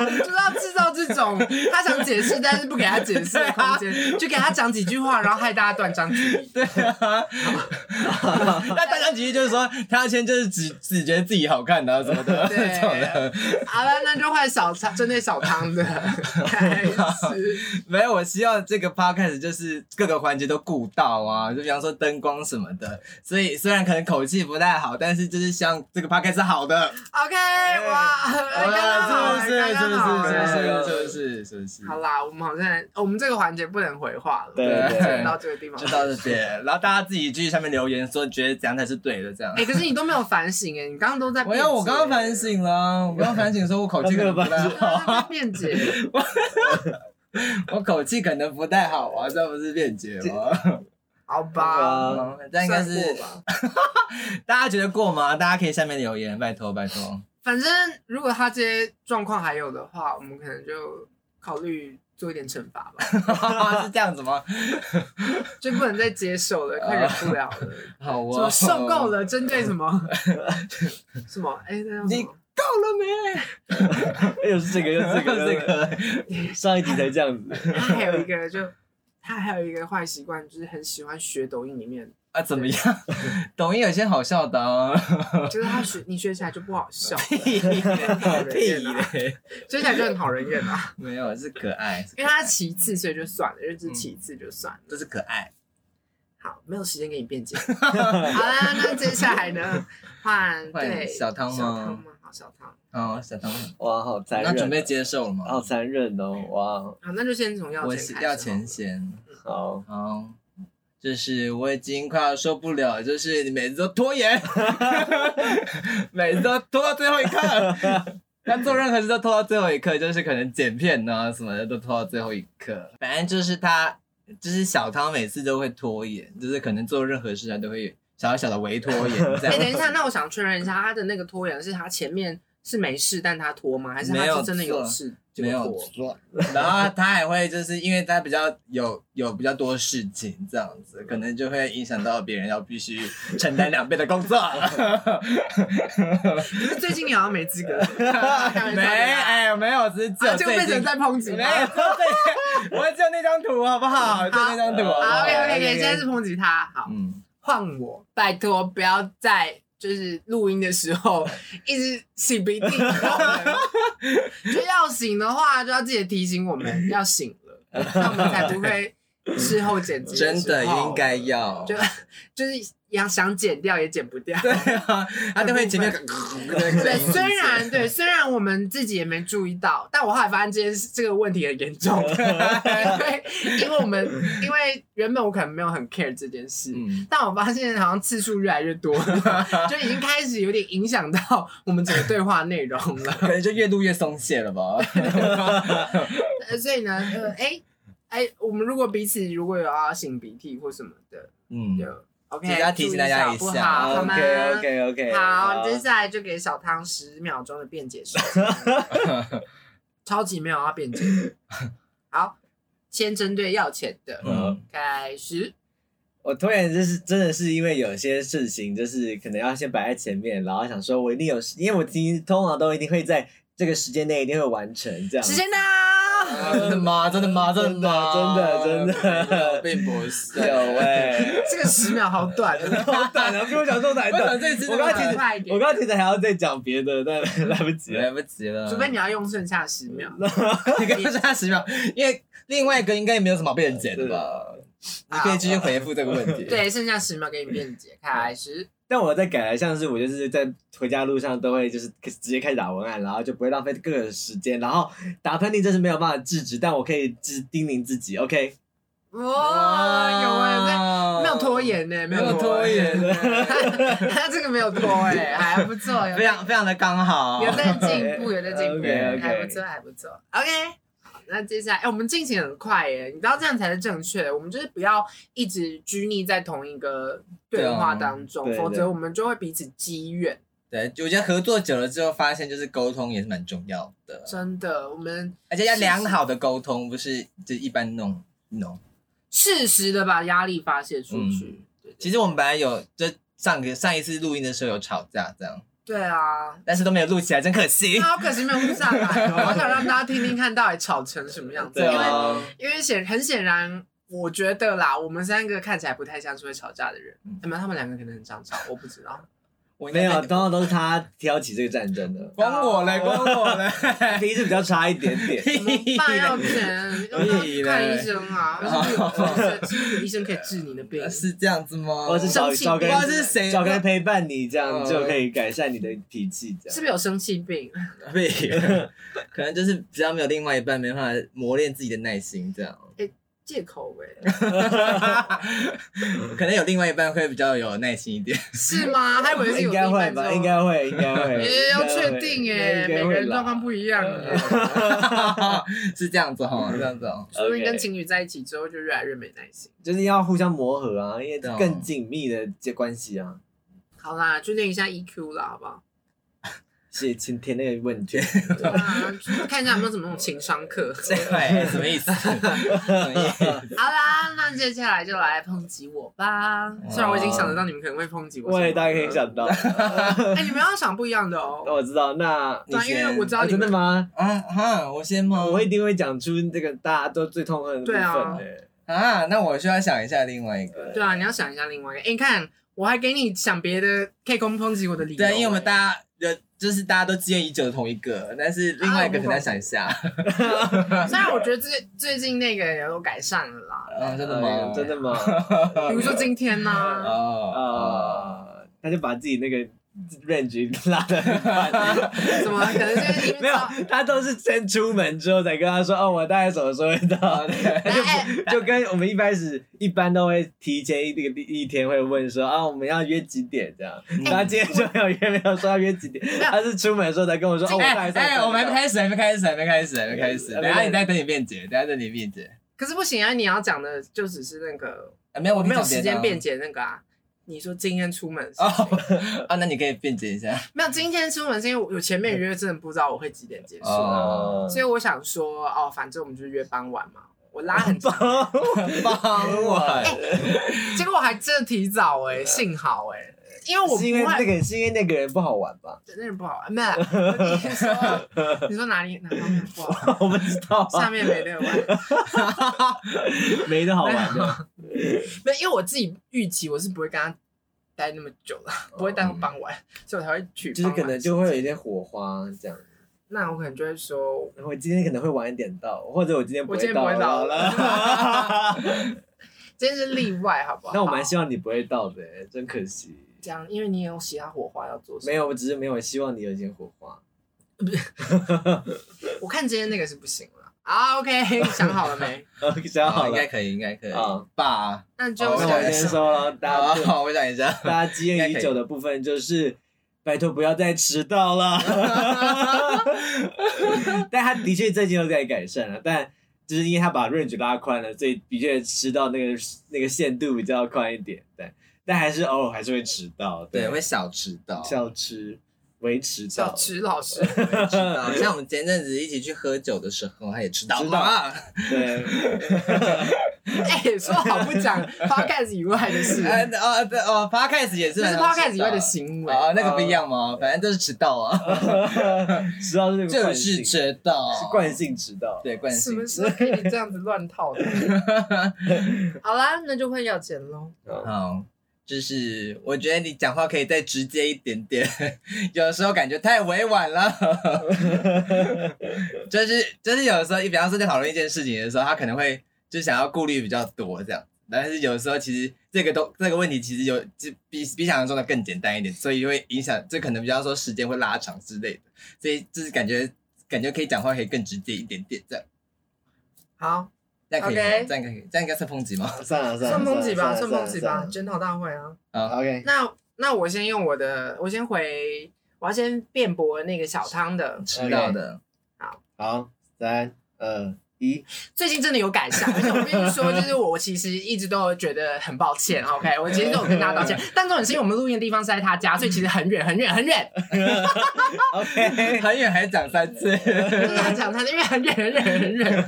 [SPEAKER 1] 就是要制造这种他想解释但是不给他解释的空间，就给他讲几句话，然后害大家断章取义。
[SPEAKER 4] 对啊，那大家其实就是说，他先就是只只觉得自己好看的、啊、什么的，
[SPEAKER 1] 对
[SPEAKER 4] 这种的。
[SPEAKER 1] 好了，那就换小汤，针对小汤 的开始。
[SPEAKER 4] 没有，我希望这个 podcast 就是各个环节都顾到啊，就比方说灯光什么的。所以虽然可能口气不太好，但是就是希望这个 podcast 是好的。
[SPEAKER 1] OK，哇，哎刚刚好，
[SPEAKER 4] 哎是不是？
[SPEAKER 1] 刚
[SPEAKER 4] 是
[SPEAKER 1] 刚好
[SPEAKER 4] 不
[SPEAKER 2] 刚刚好
[SPEAKER 4] 是？是不是？是不是？是不是？
[SPEAKER 1] 好啦，我们好像哦我们这个环节不能回话了，
[SPEAKER 2] 对
[SPEAKER 1] 就
[SPEAKER 4] 对
[SPEAKER 1] 到这个地方
[SPEAKER 4] 就。到这边，然后大家自己去下面留言说，觉得怎样才是对的，这样
[SPEAKER 1] 哎、。可是你都没有反省哎、你刚刚都 在
[SPEAKER 4] 我
[SPEAKER 1] 辩解。
[SPEAKER 4] 要我刚刚反省了，啊我刚刚反省说我口气可能不太
[SPEAKER 1] 你刚刚
[SPEAKER 4] 好，
[SPEAKER 1] 啊在辩 解，
[SPEAKER 4] 我口气可能不太好啊，这不是辩解吗？
[SPEAKER 1] 好吧？
[SPEAKER 4] 嗯但应该
[SPEAKER 1] 啊算
[SPEAKER 4] 是
[SPEAKER 1] 过吧
[SPEAKER 4] 大家觉得过吗？大家可以下面留言，拜托拜托。
[SPEAKER 1] 反正如果他这些状况还有的话，我们可能就考虑做一点惩罚 吧，
[SPEAKER 4] 是这样子吗？
[SPEAKER 1] 就不能再接受了，快忍不了 了，
[SPEAKER 4] 好
[SPEAKER 1] 什
[SPEAKER 4] 我
[SPEAKER 1] 么受够， 了，针对什么什么？哎，那叫什
[SPEAKER 4] 你
[SPEAKER 1] 么？
[SPEAKER 4] 够了
[SPEAKER 2] 又哎是这个，又
[SPEAKER 4] 没？
[SPEAKER 2] 是 这个，
[SPEAKER 4] 这个，
[SPEAKER 2] 上一集才这样子。
[SPEAKER 1] 他还有一个就。他还有一个坏习惯，就是很喜欢学抖音里面，
[SPEAKER 4] 啊，怎么样？抖音有些好笑的啊，
[SPEAKER 1] 就是他学你学起来就不好笑，
[SPEAKER 4] 屁
[SPEAKER 1] 屁
[SPEAKER 4] 嘞，
[SPEAKER 1] 啊学起来就很讨人厌 啊。
[SPEAKER 4] 没有是可爱，
[SPEAKER 1] 因为他其次，所以就算了，就
[SPEAKER 4] 嗯
[SPEAKER 1] 只其次就算了。
[SPEAKER 4] 这是可爱。
[SPEAKER 1] 好，没有时间给你 辩解。好啦，那接下来呢，换
[SPEAKER 4] 换
[SPEAKER 1] 对
[SPEAKER 4] 小汤吗
[SPEAKER 1] 小汤吗？好，小汤。
[SPEAKER 4] 哦，小唐，
[SPEAKER 2] 哇，好残
[SPEAKER 4] 那
[SPEAKER 2] 忍！哦
[SPEAKER 4] 准备接受了吗？
[SPEAKER 2] 好残忍哦！
[SPEAKER 1] 好，那就先从要
[SPEAKER 4] 我
[SPEAKER 1] 钱开始。
[SPEAKER 4] 要钱。先，
[SPEAKER 2] 哇，好，
[SPEAKER 4] 好。就是我已经快要受不了，就是你每次都拖延，每次都拖到最后一刻。他做任何事都拖到最后一刻，就是可能剪片啊什么的都拖到最后一刻。反正就是他，就是小汤每次都会拖延，就是可能做任何事他都会小小的微拖延这
[SPEAKER 1] 哎、
[SPEAKER 4] 样。
[SPEAKER 1] 等一下，那我想确认一下，他的那个拖延是他前面是没事，但他拖吗？还是
[SPEAKER 4] 没有
[SPEAKER 1] 他
[SPEAKER 4] 错
[SPEAKER 1] 是真的有事？结果
[SPEAKER 4] 没有
[SPEAKER 1] 火
[SPEAKER 4] 然后他还会就是因为他比较有有比较多事情这样子，可能就会影响到别人要必须承担两倍的工作。
[SPEAKER 1] 可是最近你好像没资 格，
[SPEAKER 4] 没，哎、没有，只是只有
[SPEAKER 1] 啊这就
[SPEAKER 4] 最
[SPEAKER 1] 变成
[SPEAKER 4] 近。
[SPEAKER 1] 在抨击
[SPEAKER 4] 没有，只有
[SPEAKER 1] 吗。
[SPEAKER 4] 最近，我只有那张图，好不好？就那张图。
[SPEAKER 1] 好
[SPEAKER 4] 好不好
[SPEAKER 1] ，OK OK OK，现在是抨击他，好。
[SPEAKER 4] 嗯，
[SPEAKER 1] 换我，拜托不要在就是录音的时 候一直擤鼻涕。就要醒的话，就要记得提醒我们要醒了，那我们才不会事后剪辑。
[SPEAKER 4] 真的应，该要。
[SPEAKER 1] 就就是要想剪掉也剪不掉。
[SPEAKER 4] 对啊，他就会前面
[SPEAKER 1] 对，
[SPEAKER 4] 对
[SPEAKER 1] 虽然对，虽然我们自己也没注意到，但我后来发现这件事这个问题很严 重，因为因为我们因为原本我可能没有很 care 这件事，
[SPEAKER 4] 嗯，
[SPEAKER 1] 但我发现好像次数越来越多了， 就已经开始有点影响到我们整个对话内容了。
[SPEAKER 4] 可能就越录越松懈了 吧。
[SPEAKER 1] 呃所以呢，呃，哎、哎、我们如果彼此如果有要擤鼻涕或什么的，
[SPEAKER 4] 嗯，
[SPEAKER 1] 就 OK，
[SPEAKER 4] 请大家提醒大家一下
[SPEAKER 1] 注意好不好好吗
[SPEAKER 2] OK OK OK，
[SPEAKER 1] 好，接下来就给小汤十秒钟的辩解时间。 超级没有要辩解的。好，先针对要钱的
[SPEAKER 4] 嗯
[SPEAKER 1] 开始。
[SPEAKER 2] 我拖延就是真的是因为有些事情，就是可能要先摆在前面，然后想说我一定有，因为我听通常都一定会在这个时间内一定会完成这样。
[SPEAKER 1] 时间到，
[SPEAKER 4] 啊真的吗？真的吗？真的吗？
[SPEAKER 2] 真的真的真的
[SPEAKER 4] 并不是。
[SPEAKER 2] 有
[SPEAKER 4] 欸
[SPEAKER 2] 哎、
[SPEAKER 1] 这个十秒好短，
[SPEAKER 2] 好短啊，比我想说的 还
[SPEAKER 4] 我
[SPEAKER 2] 短
[SPEAKER 4] 想。这次真
[SPEAKER 2] 我刚
[SPEAKER 4] 的
[SPEAKER 2] 刚其
[SPEAKER 1] 很
[SPEAKER 2] 实
[SPEAKER 1] 快一
[SPEAKER 2] 我
[SPEAKER 1] 点，
[SPEAKER 2] 刚刚其实还要再讲别的，但来不及了。
[SPEAKER 4] 来不及了，
[SPEAKER 1] 除非你要用剩下十秒。
[SPEAKER 4] 你跟他十秒，因为另外一个应该也没有什么好被人剪的吧？你可以继续回复这个问 题。，
[SPEAKER 1] 对，剩下十秒给你辩解开始。
[SPEAKER 2] 但我在改来，像是我就是在回家路上都会就是直接开始打文案，然后就不会浪费各个时间。然后打喷嚏这是没有办法制止，但我可以制叮咛自己，OK？
[SPEAKER 1] 哇，哦有哎，没没有拖，延呢，
[SPEAKER 4] 没
[SPEAKER 1] 有
[SPEAKER 4] 有拖延，
[SPEAKER 1] 他这个没有拖哎，还不错，有
[SPEAKER 4] 非常非常的刚好。
[SPEAKER 1] 有在进 步，有在进步，
[SPEAKER 2] OK，OK
[SPEAKER 1] 还不错，还不错。OK，好，那接下来，哎、我们进行很快耶，你知道这样才是正确的。我们就是不要一直拘泥在同一个对话当中，
[SPEAKER 2] 对啊
[SPEAKER 1] 否
[SPEAKER 2] 对
[SPEAKER 1] 则
[SPEAKER 2] 对
[SPEAKER 1] 我们就会彼此积怨。
[SPEAKER 4] 对，我觉得合作久了之后，发现就是沟通也是蛮重要的，
[SPEAKER 1] 真的，我们
[SPEAKER 4] 而且要良好的沟通，不是就一般那种那种。
[SPEAKER 1] 适时的把压力发泄出
[SPEAKER 4] 嗯
[SPEAKER 1] 去。对
[SPEAKER 4] 其实我们本来有就上个上一次录音的时候有吵架这样，
[SPEAKER 1] 对啊。
[SPEAKER 4] 但是都没有录起来，真可惜
[SPEAKER 1] 那。好可惜没有录上来哦，好想让大家听听看到底吵成什么样子。
[SPEAKER 2] 对
[SPEAKER 1] 因为
[SPEAKER 4] 啊，
[SPEAKER 1] 因为显很显然，我觉得啦，我们三个看起来不太像是会吵架的人。那么、他们两个可能很常吵，我不知道。
[SPEAKER 4] 我应该
[SPEAKER 2] 没有，啊
[SPEAKER 4] 在。
[SPEAKER 2] 通常都是他挑起这个战争的
[SPEAKER 4] 关我嘞，关我 嘞。
[SPEAKER 2] 第一次比较差一点点，
[SPEAKER 1] 怎么办？ 要钱，要不要去看医生啊！要是有医生，有医生可以治你的病。
[SPEAKER 4] 是这样子吗？
[SPEAKER 2] 或者是
[SPEAKER 1] 生
[SPEAKER 2] 找
[SPEAKER 1] 气
[SPEAKER 2] 找
[SPEAKER 4] 不
[SPEAKER 2] 个
[SPEAKER 4] 知
[SPEAKER 2] 人
[SPEAKER 4] 道是谁
[SPEAKER 2] 找个人陪伴你，这样
[SPEAKER 4] 嗯
[SPEAKER 2] 就可以改善你的脾气。这
[SPEAKER 1] 是
[SPEAKER 2] 样
[SPEAKER 1] 不是有生气病？
[SPEAKER 4] 被，可能就是比较没有另外一半，没办法磨练自己的耐心，这样。
[SPEAKER 1] 借口哎、
[SPEAKER 4] 可能有另外一半会比较有耐心一点。
[SPEAKER 1] 是吗？还以为是有
[SPEAKER 2] 应该会吧？应该会，应该会。
[SPEAKER 1] 也要确定哎、
[SPEAKER 2] 应该
[SPEAKER 1] 每
[SPEAKER 2] 会
[SPEAKER 1] 个人状况
[SPEAKER 2] 啦
[SPEAKER 1] 不一样
[SPEAKER 2] 嗯
[SPEAKER 1] 哎、
[SPEAKER 4] 是这样子哈，这样子哦。
[SPEAKER 1] 说不定
[SPEAKER 2] OK
[SPEAKER 1] 跟情侣在一起之后就越来越没耐心。
[SPEAKER 2] 就是要互相磨合啊，因为
[SPEAKER 4] 懂
[SPEAKER 2] 更紧密的这关系啊。
[SPEAKER 1] 好啦，去练一下 EQ 啦，好不好？
[SPEAKER 2] 写请填那个 问卷，
[SPEAKER 1] 对啊，去看一下有没有什么那种情商 课。
[SPEAKER 2] 嗯
[SPEAKER 4] 对，什么意思？ 嗯
[SPEAKER 1] 好啦，那接下来就来抨击我吧。虽然我已经想得到你们可能会抨击我什么
[SPEAKER 2] 我
[SPEAKER 1] 了，
[SPEAKER 2] 也大概可以 想到。
[SPEAKER 1] 哎、你们要想不一样的哦。
[SPEAKER 2] 那我知道，那
[SPEAKER 1] 对啊，因为我知道
[SPEAKER 2] 啊
[SPEAKER 1] 你
[SPEAKER 2] 真
[SPEAKER 1] 们、嗯
[SPEAKER 2] 的吗？
[SPEAKER 4] 啊哈，我先吗？
[SPEAKER 2] 我一定会讲出这个大家都最痛恨的部
[SPEAKER 1] 对啊
[SPEAKER 2] 分欸的。
[SPEAKER 4] 啊，那我需要想一下另外一个。
[SPEAKER 1] 对啊，你要想一下另外一个。哎、你看，我还给你想别的可以攻抨击我的理由。
[SPEAKER 4] 对，因为我们大家有就是大家都积怨已久的同一个，但是另外一个可能要想一下。
[SPEAKER 1] 虽然我觉得最最近那个也有改善了啦，
[SPEAKER 4] 啊，真的
[SPEAKER 2] 哎
[SPEAKER 4] 吗
[SPEAKER 2] 呀？真 的吗？呃
[SPEAKER 1] 比如说今天呢、
[SPEAKER 4] 哦
[SPEAKER 2] 啊，他就把自己那个 range 拉的很宽。欸
[SPEAKER 1] 怎么可能就是因为
[SPEAKER 2] 呃没有
[SPEAKER 1] 到，
[SPEAKER 2] 他都是先出门之后才跟他说，哦，我大概什么时候会到
[SPEAKER 4] 哦，。对，
[SPEAKER 1] 哎哎
[SPEAKER 2] 就跟我们一开始一般都会提前一个一天会问说啊，我们要约几点这样。他
[SPEAKER 1] 哎
[SPEAKER 2] 今天就没有约，没有说要约几点，他是出门的时候才跟我说，哦，我大
[SPEAKER 4] 哎
[SPEAKER 2] 概
[SPEAKER 4] 哎，我们还没开始，还没开始，还没开始，还没开始。
[SPEAKER 2] 还没
[SPEAKER 4] 等一下你再等你辩解，等一下等你辩解。
[SPEAKER 1] 可是不行啊！你要讲的就只是那个
[SPEAKER 4] 啊，没有，
[SPEAKER 2] 哦
[SPEAKER 1] 我
[SPEAKER 4] 我
[SPEAKER 1] 没有时间辩
[SPEAKER 4] 解。
[SPEAKER 1] 解那个啊。你说今天出门的事
[SPEAKER 4] 哦
[SPEAKER 1] 情，
[SPEAKER 4] 啊，那你可以辩解一 下
[SPEAKER 1] 没有今天出门是因为我前面约真的不知道我会几点结束，
[SPEAKER 4] 哦，
[SPEAKER 1] 所以我想说哦，反正我们就约傍晚嘛，我拉很 长，
[SPEAKER 2] 哦
[SPEAKER 4] 傍晚
[SPEAKER 1] 结果我还真的提早哎、幸好哎、因为我不
[SPEAKER 2] 啊是因为那
[SPEAKER 1] 会，
[SPEAKER 2] 个是因为那个人不好玩 吧？
[SPEAKER 1] 那人不好玩，没有，你说你说 哪里哪方面不好 玩？
[SPEAKER 2] 我不知道
[SPEAKER 1] 下
[SPEAKER 2] 啊，
[SPEAKER 1] 面没得玩，
[SPEAKER 2] 没得好玩的。
[SPEAKER 1] 没有，因为我自己预期我是不会跟他待那么久了，不会待到傍晚，所以我才会去。
[SPEAKER 2] 哦就是可能就会有一
[SPEAKER 1] 哎
[SPEAKER 2] 些火花这样，
[SPEAKER 1] 那我可能就会说，
[SPEAKER 2] 我今天可能会晚一点到，或者我今天
[SPEAKER 1] 我今天
[SPEAKER 2] 到
[SPEAKER 1] 不会到
[SPEAKER 2] 了。
[SPEAKER 1] 今天是例外，好不好？
[SPEAKER 2] 那我蛮希望你不会到的、真可惜。
[SPEAKER 1] 这样，因为你有其他火花要做。
[SPEAKER 2] 没，有，我只是没有希望你有一些火花。
[SPEAKER 1] 我看今天那个是不行了。啊，OK，想 好了没？
[SPEAKER 2] 想好
[SPEAKER 4] 哦应
[SPEAKER 2] 了
[SPEAKER 4] 该可以，应该可以
[SPEAKER 2] 啊
[SPEAKER 4] 吧？
[SPEAKER 1] 那就
[SPEAKER 4] 哦
[SPEAKER 2] 那我先说了，大
[SPEAKER 4] 好
[SPEAKER 2] 家就，
[SPEAKER 4] 我想一下，
[SPEAKER 2] 大家积怨已久的部分就是，拜托不要再迟到了。但他的确最近有在改善了，但就是因为他把 range 拉宽了，所以的确迟到那个那个限度比较宽一点，对，但还是偶尔还是会迟到，
[SPEAKER 4] 对，会小迟到，
[SPEAKER 2] 小迟维迟
[SPEAKER 1] 小
[SPEAKER 2] 到。
[SPEAKER 1] 池老师，哎
[SPEAKER 4] 迟到。像我们前阵子一起去喝酒的时候，他也迟到
[SPEAKER 2] 迟到
[SPEAKER 4] 了。
[SPEAKER 2] 对，
[SPEAKER 1] 哎，说好不讲 podcast 以外的 事，
[SPEAKER 4] 哎，哦，对哦，podcast 也是
[SPEAKER 1] 就是
[SPEAKER 4] 很常迟到
[SPEAKER 1] podcast 以外的行为。
[SPEAKER 2] 啊
[SPEAKER 4] 哦，那个不一样吗？反正就是迟到啊，
[SPEAKER 2] 迟到是
[SPEAKER 4] 就
[SPEAKER 2] 惯
[SPEAKER 4] 是
[SPEAKER 2] 性，是
[SPEAKER 4] 迟到，
[SPEAKER 2] 惯性迟到。
[SPEAKER 4] 对惯
[SPEAKER 1] 什
[SPEAKER 4] 性
[SPEAKER 1] 么。时候可以这样子乱套的？ 好啦，那就会要钱喽。
[SPEAKER 4] 嗯，就是我觉得你讲话可以再直接一点点， 有时候感觉太委婉了。 就是就是有时候，比方说在讨论一件事情的时候，他可能会就想要顾虑比较多这样，但是有时候其实这个都这个问题其实有就比比想象中的更简单一点，所以会影响这可能比较说时间会拉长之类的，所以就是感觉感觉可以讲话可以更直接一点点这样。
[SPEAKER 1] 好，
[SPEAKER 4] 这样可以吗
[SPEAKER 1] OK
[SPEAKER 4] 这样可以，这样应该算抨击吗？
[SPEAKER 2] 算了算了，
[SPEAKER 1] 算抨击吧，算抨
[SPEAKER 2] 抨
[SPEAKER 1] 击
[SPEAKER 2] 击
[SPEAKER 1] 吧，检讨大会啊。
[SPEAKER 2] OK，
[SPEAKER 1] 那那我先用我的，我先回，我要先辩驳那个小汤的。
[SPEAKER 4] 迟到的
[SPEAKER 2] 好，三二一，
[SPEAKER 1] 最近真的有改善，而且我必须说，就是我我其实一直都有觉得很抱歉，OK，我其实都有跟大家道歉。但重点是因为我们录音的地方是在他家，所以其实很远很远很远，
[SPEAKER 2] OK，
[SPEAKER 4] 很远还讲三次。
[SPEAKER 1] 就是他讲他因为很远很远很远。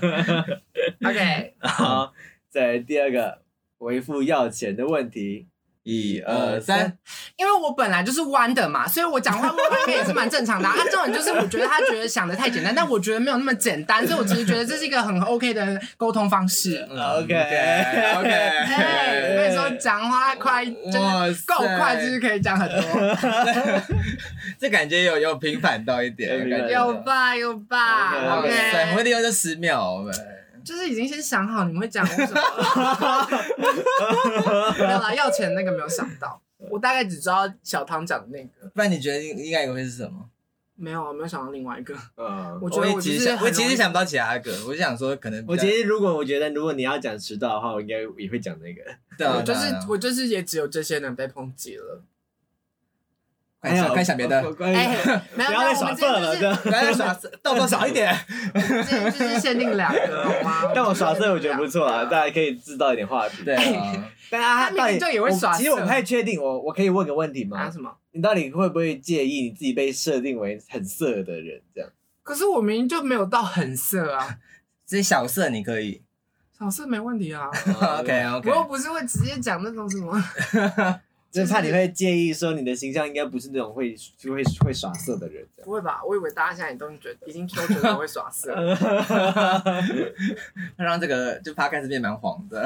[SPEAKER 1] OK，
[SPEAKER 2] 好，再来第二个，回复要钱的问题。
[SPEAKER 4] 一
[SPEAKER 2] 二三，
[SPEAKER 1] 因为我本来就是弯的嘛，所以我讲话弯弯面也是蛮正常的、啊。他重点就是我觉得他觉得想的太简单，但我觉得没有那么简单，所以我其实觉得这是一个很 OK 的沟通方式。
[SPEAKER 4] 嗯
[SPEAKER 1] 哎， 我跟你说，讲话快就是
[SPEAKER 4] 哇塞
[SPEAKER 1] 够快，就是可以讲很多，
[SPEAKER 4] 这感觉有有平反到一点，
[SPEAKER 2] 有平反
[SPEAKER 4] 感觉
[SPEAKER 1] 有？吧有吧
[SPEAKER 4] 哇塞，我们
[SPEAKER 1] ，OK，
[SPEAKER 4] 利用这十秒，
[SPEAKER 1] 就是已经先想好你们会讲什么，没有啦，要钱那个没有想到，我大概只知道小唐讲的那个，
[SPEAKER 4] 不然你觉得应应该会是什么？
[SPEAKER 1] 没有，没有想到另外一个，
[SPEAKER 2] 嗯，
[SPEAKER 1] 我觉得
[SPEAKER 4] 也
[SPEAKER 1] 我就
[SPEAKER 4] 其实
[SPEAKER 1] 是
[SPEAKER 4] 想，我其实
[SPEAKER 1] 想。
[SPEAKER 4] 想不到其他歌，我就想说可能比较
[SPEAKER 2] 我其实如果我觉得如果你要讲迟到的话，我应该也会讲那个。
[SPEAKER 4] 对啊
[SPEAKER 1] 我就是
[SPEAKER 4] 对啊对啊
[SPEAKER 1] 我就是也只有这些能被抨击了。
[SPEAKER 4] 快想快想 别的，
[SPEAKER 2] 不
[SPEAKER 1] 哎，没有没有，
[SPEAKER 2] 要再
[SPEAKER 1] 我
[SPEAKER 2] 耍
[SPEAKER 1] 们
[SPEAKER 2] 色
[SPEAKER 1] 今天
[SPEAKER 2] 了，
[SPEAKER 1] 就是
[SPEAKER 2] 这样。
[SPEAKER 4] 不要少动作少一点，
[SPEAKER 1] 今天就是限定两个，好吗？
[SPEAKER 2] 但我耍色我觉得不错 啊，大家可以制造一点话 题。
[SPEAKER 4] 对啊，
[SPEAKER 2] 但啊，
[SPEAKER 1] 他明明就也会耍色
[SPEAKER 2] 其实我不太确定，我我可以问个问题
[SPEAKER 1] 啊
[SPEAKER 2] 吗？
[SPEAKER 1] 什么？
[SPEAKER 2] 你到底会不会介意你自己被设定为很色的人这 样？
[SPEAKER 1] 可是我明明就没有到很色啊，
[SPEAKER 4] 这小色你可以
[SPEAKER 1] 小色没问题啊。
[SPEAKER 4] ，OK
[SPEAKER 1] 我
[SPEAKER 4] OK，
[SPEAKER 1] 又不是会直接讲那种 什么，
[SPEAKER 2] 就是怕你会介意说你的形象应该不是那种会就会会耍色的人这样。
[SPEAKER 1] 不会吧？我以为大家现在都觉得已经都觉得我会耍色，
[SPEAKER 4] 让这个就 podcast 变蛮黄的，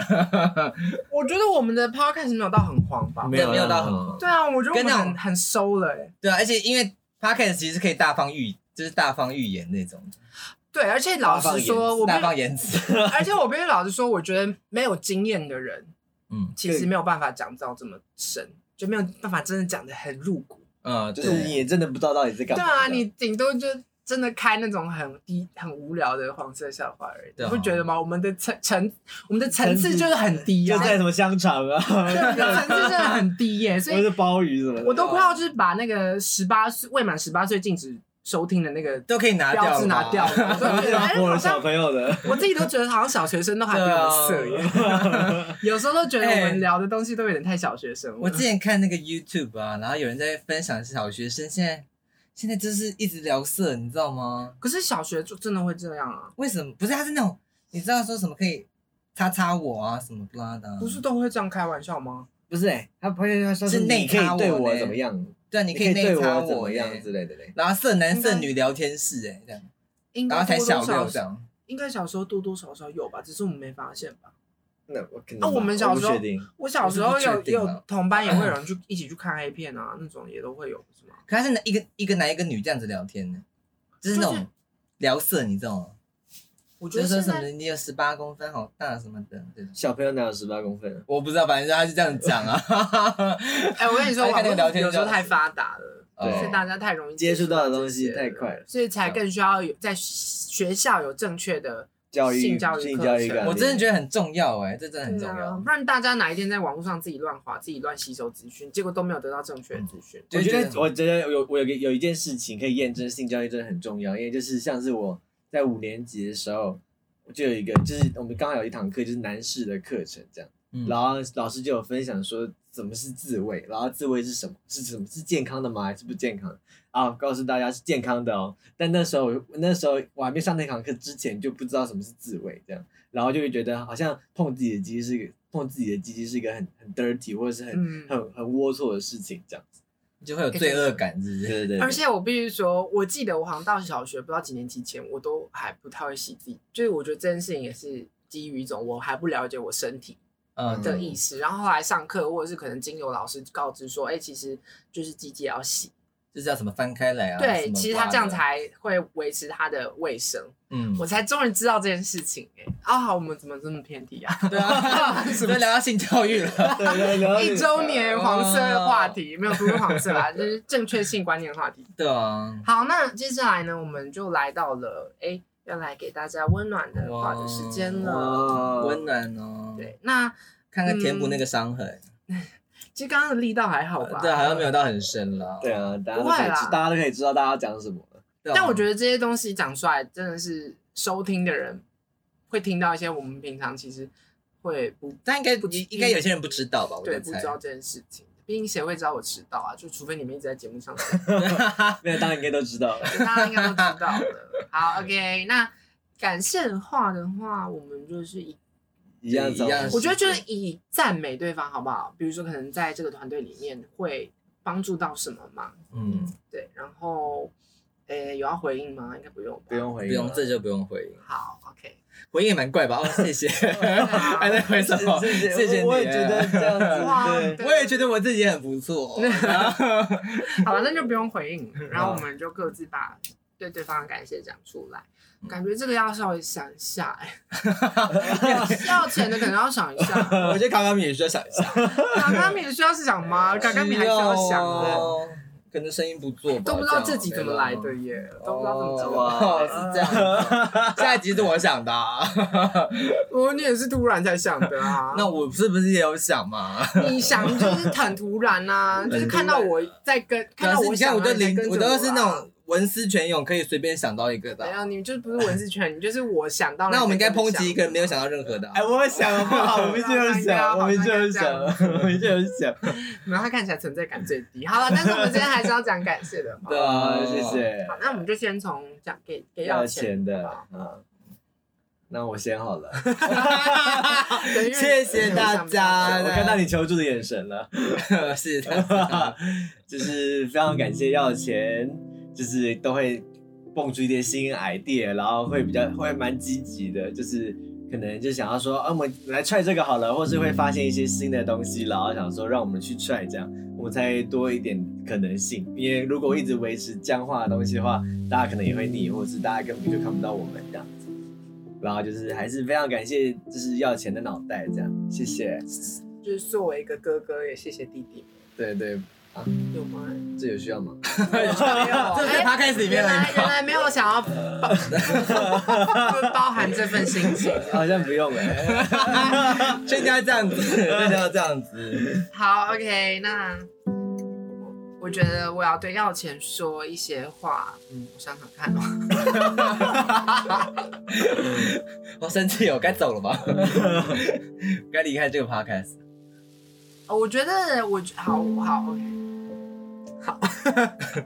[SPEAKER 1] 我觉得我们的 podcast 没有到很黄吧？
[SPEAKER 4] 没有
[SPEAKER 2] 有
[SPEAKER 4] 到很
[SPEAKER 1] 对啊，我觉得我
[SPEAKER 4] 跟
[SPEAKER 1] 们
[SPEAKER 4] 那种
[SPEAKER 1] 很很收了哎。
[SPEAKER 4] 对啊，而且因为 podcast 其实可以大方预，就是大方预言那种，
[SPEAKER 1] 对，而且老
[SPEAKER 2] 大放
[SPEAKER 1] 实
[SPEAKER 2] 言
[SPEAKER 1] 说，我
[SPEAKER 4] 大
[SPEAKER 1] 们
[SPEAKER 4] 方言辞，
[SPEAKER 1] 而且我必须老实说，我觉得没有经验的人，
[SPEAKER 4] 嗯
[SPEAKER 1] 其实没有办法讲到这么深，就没有办法真的讲的很入骨。
[SPEAKER 4] 嗯，
[SPEAKER 2] 就
[SPEAKER 4] 对
[SPEAKER 2] 是你也真的不知道到底是干
[SPEAKER 1] 对
[SPEAKER 2] 嘛。
[SPEAKER 1] 啊，
[SPEAKER 2] 这样
[SPEAKER 1] 你顶多就真的开那种很低、很无聊的黄色笑话而已，你
[SPEAKER 4] 对啊
[SPEAKER 1] 不觉得吗？我们的层层，我们的层次就是很低
[SPEAKER 2] 就
[SPEAKER 1] 啊，
[SPEAKER 2] 在什么香肠啊，
[SPEAKER 1] 对我们的层次真 的很低耶、所
[SPEAKER 2] 或者
[SPEAKER 1] 以
[SPEAKER 2] 是鲍鱼什么的。
[SPEAKER 1] 我都快要就是把那个十八岁未满十八岁禁止收听的那个
[SPEAKER 4] 都可以拿
[SPEAKER 1] 标
[SPEAKER 4] 掉
[SPEAKER 1] 志
[SPEAKER 4] 了吧
[SPEAKER 1] 拿掉了，我都觉得哎
[SPEAKER 2] 要我
[SPEAKER 1] 好
[SPEAKER 2] 了小
[SPEAKER 1] 像
[SPEAKER 2] 朋友的，
[SPEAKER 1] 我自己都觉得好像小学生都还比我们色耶， 有时候都觉得我们聊的东西都有点太小学生了。
[SPEAKER 4] 我之前看那个 YouTube 啊，然后有人在分享小学生现在现在就是一直聊色，你知道吗？
[SPEAKER 1] 可是小学就真的会这样啊，
[SPEAKER 4] 为什么？不是他是那种你知道说什么可以擦擦我啊什么不拉的啊，
[SPEAKER 1] 不是都会这样开玩笑吗？
[SPEAKER 2] 不是哎，他朋友他说
[SPEAKER 4] 是内
[SPEAKER 2] 你可
[SPEAKER 4] 插
[SPEAKER 2] 以对
[SPEAKER 4] 我
[SPEAKER 2] 我
[SPEAKER 4] 呢
[SPEAKER 2] 怎么样，
[SPEAKER 4] 对啊，你
[SPEAKER 2] 你
[SPEAKER 4] 可
[SPEAKER 2] 可
[SPEAKER 4] 以
[SPEAKER 2] 以
[SPEAKER 4] 内
[SPEAKER 2] 对
[SPEAKER 4] 插
[SPEAKER 2] 我怎么
[SPEAKER 4] 欸
[SPEAKER 2] 样之类的嘞。
[SPEAKER 4] 然后色男色
[SPEAKER 1] 应该
[SPEAKER 4] 女聊天室哎、这样，
[SPEAKER 1] 应
[SPEAKER 4] 然
[SPEAKER 1] 该
[SPEAKER 4] 后
[SPEAKER 1] 多
[SPEAKER 4] 才
[SPEAKER 1] 多
[SPEAKER 4] 小
[SPEAKER 1] 少
[SPEAKER 4] 六这
[SPEAKER 1] 少，
[SPEAKER 4] 样，
[SPEAKER 1] 应该小时候多多少少有吧，只是我们没发现吧。
[SPEAKER 2] 那我可
[SPEAKER 1] 啊
[SPEAKER 2] 能
[SPEAKER 1] 我们小时候
[SPEAKER 2] 我不确定，
[SPEAKER 1] 我小时候
[SPEAKER 4] 我是
[SPEAKER 1] 有
[SPEAKER 4] 不确定啊
[SPEAKER 1] 有同班也会有人去一起去看 A 片啊，那种也都会有，是吗？
[SPEAKER 4] 可他是男一个一个男一个女这样子聊天呢、就是那
[SPEAKER 1] 就是
[SPEAKER 4] 种聊色，你知道吗？
[SPEAKER 1] 我觉
[SPEAKER 4] 就
[SPEAKER 1] 得
[SPEAKER 4] 是说
[SPEAKER 1] 现
[SPEAKER 4] 什么
[SPEAKER 1] 在
[SPEAKER 4] 你有十八公分好大什么的这种。
[SPEAKER 2] 小朋友哪有十八公分啊？
[SPEAKER 4] 我不知道，反正他是这样讲啊。 哦
[SPEAKER 1] 哎、我跟 你说，
[SPEAKER 4] 大
[SPEAKER 1] 网
[SPEAKER 4] 家看那
[SPEAKER 1] 络
[SPEAKER 4] 个聊天
[SPEAKER 1] 有时候
[SPEAKER 4] 就
[SPEAKER 1] 太发达了，
[SPEAKER 2] 对
[SPEAKER 1] 所以大家太容易
[SPEAKER 2] 接触到的东
[SPEAKER 1] 这
[SPEAKER 2] 西
[SPEAKER 1] 些
[SPEAKER 2] 太快了，嗯
[SPEAKER 1] 所以才更需要有在学校有正确的
[SPEAKER 2] 教育
[SPEAKER 1] 性教育
[SPEAKER 2] 性
[SPEAKER 1] 课
[SPEAKER 2] 教育
[SPEAKER 1] 程
[SPEAKER 2] 感，
[SPEAKER 4] 我真的觉得很重要哎、这真的很
[SPEAKER 1] 对
[SPEAKER 4] 重
[SPEAKER 1] 啊，
[SPEAKER 4] 要。
[SPEAKER 1] 不然大家哪一天在网络上自己乱划、自己乱吸收资讯，结果都没有得到正
[SPEAKER 4] 嗯
[SPEAKER 1] 确的资讯。
[SPEAKER 2] 我觉
[SPEAKER 4] 就觉得
[SPEAKER 2] 得，我觉得有我有个有一件事情可以验证性教育真的很重要，因为就是像是我在五年级的时候，我就有一个就是我们刚好有一堂课就是男士的课程这样，
[SPEAKER 4] 嗯
[SPEAKER 2] 然后老师就有分享说什么是自慰，然后自慰是什么是什么是健康的吗还是不健康的啊？告诉大家是健康的哦，但那时候我那时候我还没上那堂课之前就不知道什么是自慰这样，然后就会觉得好像碰自己的鸡鸡是一个碰自己的鸡鸡是一个很很 dirty 或者是很、
[SPEAKER 1] 嗯
[SPEAKER 2] 很很龌龊的事情这样。
[SPEAKER 4] 就会有罪恶感，是不是？
[SPEAKER 2] 对对对，
[SPEAKER 1] 而且我必须说，我记得我好像到小学不知道几年级前，我都还不太会洗自己。就是我觉得这件事情也是基于一种我还不了解我身体
[SPEAKER 4] 嗯，
[SPEAKER 1] 的意思。然后后来上课或者是可能经由老师告知说，哎、其实就是鸡鸡要洗。
[SPEAKER 4] 就是要什么翻开来啊？什
[SPEAKER 1] 对，
[SPEAKER 4] 么
[SPEAKER 1] 其实他这样
[SPEAKER 4] 刮的，
[SPEAKER 1] 才会维持他的卫生。
[SPEAKER 4] 嗯，
[SPEAKER 1] 我才终于知道这件事情、哎，啊，好我们怎么这么偏题啊？
[SPEAKER 4] 对 啊，都聊到性教育了。
[SPEAKER 2] 对对对，然后
[SPEAKER 1] 一周年黄色话
[SPEAKER 4] 哦
[SPEAKER 1] 题，没有不是黄色 啦，就是正确性观念话题。
[SPEAKER 4] 对啊，
[SPEAKER 1] 好，那接下来呢，我们就来到了哎、诶要来给大家温暖的话的时间了。
[SPEAKER 2] 哦，
[SPEAKER 4] 温暖哦。，
[SPEAKER 1] 对，那
[SPEAKER 4] 看看填补那个伤痕。
[SPEAKER 1] 其实刚刚的力道还好吧？
[SPEAKER 4] 对啊，好像没有到很深了。
[SPEAKER 2] 对啊，大家都
[SPEAKER 1] 不
[SPEAKER 2] 可
[SPEAKER 1] 会
[SPEAKER 2] 以
[SPEAKER 1] 啦
[SPEAKER 2] 知，大家都可以知道大家讲什么了。
[SPEAKER 4] 对啊，
[SPEAKER 1] 但我觉得这些东西讲出来，真的是收听的人会听到一些我们平常其实会不
[SPEAKER 4] 但应该
[SPEAKER 1] 不知嗯
[SPEAKER 4] 应该有些人不知道吧？我
[SPEAKER 1] 对
[SPEAKER 4] 在
[SPEAKER 1] 不
[SPEAKER 4] 猜
[SPEAKER 1] 知。道这件事情。毕竟谁会知道我迟到啊？就除非你们一直在节目上讲，
[SPEAKER 2] 没有，大家应该都知道了。
[SPEAKER 1] 大家应该都知道的。好，OK，那感谢的话的话，我们就是以
[SPEAKER 2] 一样
[SPEAKER 4] 一样
[SPEAKER 2] 样，
[SPEAKER 1] 我觉得就是以赞美对方好不好？比如说，可能在这个团队里面会帮助到什么嘛？
[SPEAKER 4] 嗯，
[SPEAKER 1] 对，然后，诶，有要回应吗？应该不用吧。
[SPEAKER 2] 不用回
[SPEAKER 4] 不
[SPEAKER 2] 应了，
[SPEAKER 4] 用，这就不用回应。
[SPEAKER 1] 好，OK。
[SPEAKER 4] 回应也蛮怪吧？哦，谢谢，
[SPEAKER 1] 啊
[SPEAKER 4] 还在回什么？
[SPEAKER 2] 谢谢
[SPEAKER 4] 谢谢你。
[SPEAKER 2] 我也觉得这样
[SPEAKER 1] 哇
[SPEAKER 2] 子，对，
[SPEAKER 1] 对
[SPEAKER 4] 我也觉得我自己很 不错。
[SPEAKER 1] 好了，那就不用回应了。然后我们就各自把对对方的感谢讲出来。
[SPEAKER 4] 嗯
[SPEAKER 1] 感觉这个要稍微想一下、 欸，要钱的可能要想一下。
[SPEAKER 4] 我觉得卡卡米也需要想一下，
[SPEAKER 1] 卡卡米需要是想吗？ 卡卡米还是要想的，
[SPEAKER 4] 哦，可能声音不做吧，
[SPEAKER 1] 都不知道自己
[SPEAKER 4] 这
[SPEAKER 1] 怎
[SPEAKER 4] 样
[SPEAKER 1] 么来的。耶，都不知道怎么
[SPEAKER 4] 哦
[SPEAKER 1] 讲。
[SPEAKER 4] 是这 样子。下一集是我想的啊，
[SPEAKER 1] 我你也是突然才想的啊。
[SPEAKER 4] 那我是不是也有 想嘛？
[SPEAKER 1] 你想就是很突然 呐、就是看到我在跟，看到
[SPEAKER 4] 可是
[SPEAKER 1] 我
[SPEAKER 4] 你看，
[SPEAKER 1] 想
[SPEAKER 4] 我
[SPEAKER 1] 啊，
[SPEAKER 4] 就
[SPEAKER 1] 你才
[SPEAKER 4] 零，
[SPEAKER 1] 跟着
[SPEAKER 4] 我
[SPEAKER 1] 我
[SPEAKER 4] 都是那
[SPEAKER 1] 啊。
[SPEAKER 4] 种文思泉涌，可以随便想到一个的
[SPEAKER 1] 没
[SPEAKER 4] 啊。
[SPEAKER 1] 有，你就是不是文字圈，你就是我想到。
[SPEAKER 4] 那我们应该
[SPEAKER 1] 你才跟
[SPEAKER 4] 抨
[SPEAKER 1] 着
[SPEAKER 4] 击一个人没有想到任何的啊。
[SPEAKER 2] 哎，我也想了，不好，我们就有想，我们就有想，我们就有想。
[SPEAKER 1] 想，然后他看起来存在感最低。好了，但是我们今天还是要讲感哦谢的嘛。
[SPEAKER 4] 对
[SPEAKER 2] 啊，
[SPEAKER 4] 啊，
[SPEAKER 2] 谢。谢
[SPEAKER 1] 好，那我们就先从讲给给
[SPEAKER 2] 要
[SPEAKER 1] 要
[SPEAKER 2] 钱的
[SPEAKER 1] 好
[SPEAKER 2] 啊。那我先好了，
[SPEAKER 1] 啊对因为
[SPEAKER 4] 谢谢大家
[SPEAKER 2] 我看到你求助的眼神了。
[SPEAKER 4] 是的，
[SPEAKER 2] 就是非常感谢要钱，就是都会蹦出一些新 idea，然后会比较会蛮积极的，就是可能就想要说，啊，我们来 try 这个好了，或是会发现一些新的东西，然后想说让我们去 try 这样，我们才多一点可能性。因为如果一直维持僵化的东西的话，大家可能也会腻，或是大家根本就看不到我们这样子。然后就是还是非常感谢，就是要钱的脑袋这样，谢谢。
[SPEAKER 1] 就是作为一个哥哥，也谢谢弟弟，
[SPEAKER 2] 对对，
[SPEAKER 1] 有吗？
[SPEAKER 2] 这有需要吗？
[SPEAKER 1] 没有啊
[SPEAKER 4] 这在 podcast 里面
[SPEAKER 1] 原
[SPEAKER 4] 了
[SPEAKER 1] 来原
[SPEAKER 4] 吗。
[SPEAKER 1] 来没有想要包包含这份心情。
[SPEAKER 2] 好像不用哎、
[SPEAKER 4] 所 以一定要这样子，所以一定要这样子。
[SPEAKER 1] 好，OK，那我我我觉得我要对耀前说一些话。嗯，我想想看哦。
[SPEAKER 4] 我生气哦，该走 了吧，该离开这个 podcast。
[SPEAKER 1] 哦我觉得我好好 OK，好，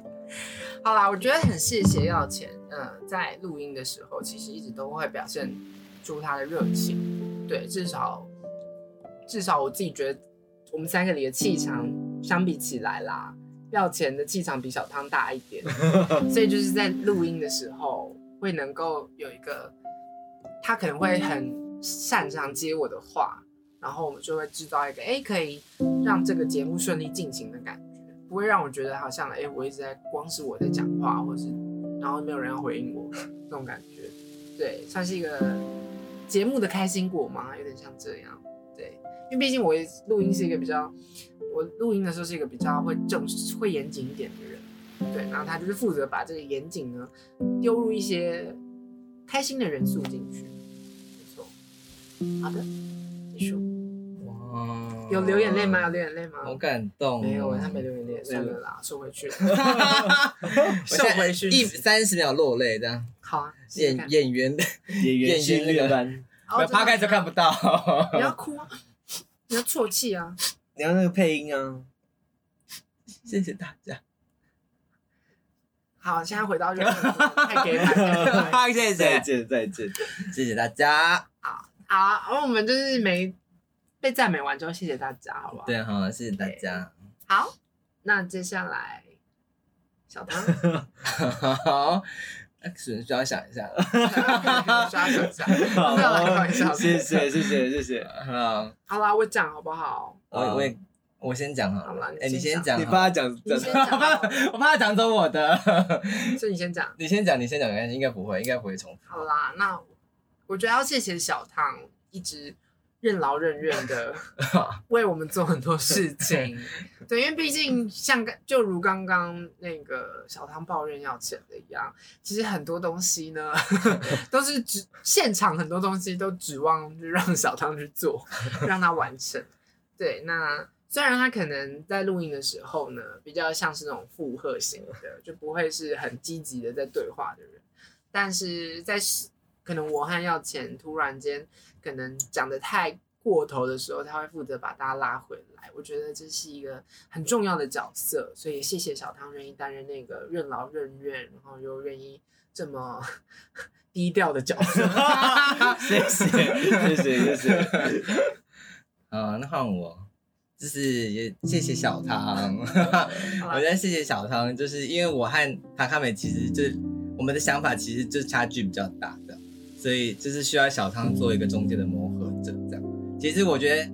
[SPEAKER 1] 好啦，我觉得很谢谢耀前，嗯、在录音的时候其实一直都会表现出他的热情，对，至少至少我自己觉得我们三个里的气场相比起来啦，耀前的气场比小汤大一点，所以就是在录音的时候会能够有一个，他可能会很擅长接我的话，然后我们就会制造一个哎、诶可以让这个节目顺利进行的感觉，不会让我觉得好像哎、诶我一直在光是我在讲话，或是然后没有人要回应我那种感觉， 对，算是一个节目的开心果嘛，有点像这样，对，因为毕竟我也录音是一个比较，我录音的时候是一个比较会正会严谨一点的人。对，然后他就是负责把这个严谨呢丢入一些开心的元素进去，没错。好的，结束。
[SPEAKER 4] 哇
[SPEAKER 1] 有流眼泪吗？有？流眼泪吗？
[SPEAKER 4] 好感动、哦
[SPEAKER 1] 没有，他没。流眼泪，算了啦，
[SPEAKER 4] 嗯
[SPEAKER 1] 收回去。 收
[SPEAKER 4] 收
[SPEAKER 1] 回去
[SPEAKER 4] 一三十秒落泪这样。
[SPEAKER 1] 好啊，试试
[SPEAKER 4] 演
[SPEAKER 1] 看
[SPEAKER 4] 演员的，
[SPEAKER 2] 演员训练班，
[SPEAKER 1] 哦真的
[SPEAKER 4] 趴开就看不到。
[SPEAKER 1] 你要哭啊，你要啜泣啊。
[SPEAKER 2] 你要那个配音 啊，
[SPEAKER 4] 谢谢大家，
[SPEAKER 1] 好，现在回到热点，太给了。
[SPEAKER 4] 谢
[SPEAKER 2] 再见再见，
[SPEAKER 4] 谢谢大家。
[SPEAKER 1] 好，然后我们就是没被赞美完之后，谢谢大家，好不好？
[SPEAKER 4] 对哈，谢谢大家。
[SPEAKER 1] 好，那接下来小 唐
[SPEAKER 4] 好，可能需要想一下。
[SPEAKER 1] 刷手掌，不要来开玩笑。
[SPEAKER 2] 谢谢谢谢谢谢，
[SPEAKER 4] 好，
[SPEAKER 1] 好啦，我讲好不好？
[SPEAKER 4] 我
[SPEAKER 2] 好
[SPEAKER 4] 我也我先讲好
[SPEAKER 1] 好
[SPEAKER 4] 了
[SPEAKER 1] 啦。
[SPEAKER 4] 哎，
[SPEAKER 1] 你
[SPEAKER 4] 你
[SPEAKER 1] 先
[SPEAKER 4] 先讲
[SPEAKER 2] 你
[SPEAKER 4] 好了。
[SPEAKER 2] 帮他讲
[SPEAKER 1] 你
[SPEAKER 2] 讲
[SPEAKER 1] 先讲好不好，
[SPEAKER 4] 我怕他抢走我的。
[SPEAKER 1] 所以你先讲。
[SPEAKER 4] 你先讲，你先讲，没关系应该不会，应该不会重复。
[SPEAKER 1] 好啦，那我觉得要谢谢小唐一直任劳任怨的为我们做很多事情。对，因为毕竟像刚就如刚刚那个小唐抱怨要钱的一样，其实很多东西呢 都是指现场很多东西都指望就让小唐去做，让他完成。对，那虽然他可能在录音的时候呢，比较像是那种附和型的，就不会是很积极的在对话的人。但是在是可能我和耀前突然间可能讲的太过头的时候，他会负责把大家拉回来。我觉得这是一个很重要的角色，所以谢谢小汤愿意担任那个任劳任怨，然后又愿意这么 低调的角色。
[SPEAKER 2] 谢谢谢谢谢谢，
[SPEAKER 4] 啊，那换我，就是也谢谢小
[SPEAKER 1] 嗯
[SPEAKER 4] 汤，
[SPEAKER 1] 啊
[SPEAKER 4] 我在谢谢小汤，就是因为我和卡卡美其实就是我们的想法其实就是差距比较大的，所以就是需要小汤做一个中间的磨合者这样。其实我觉得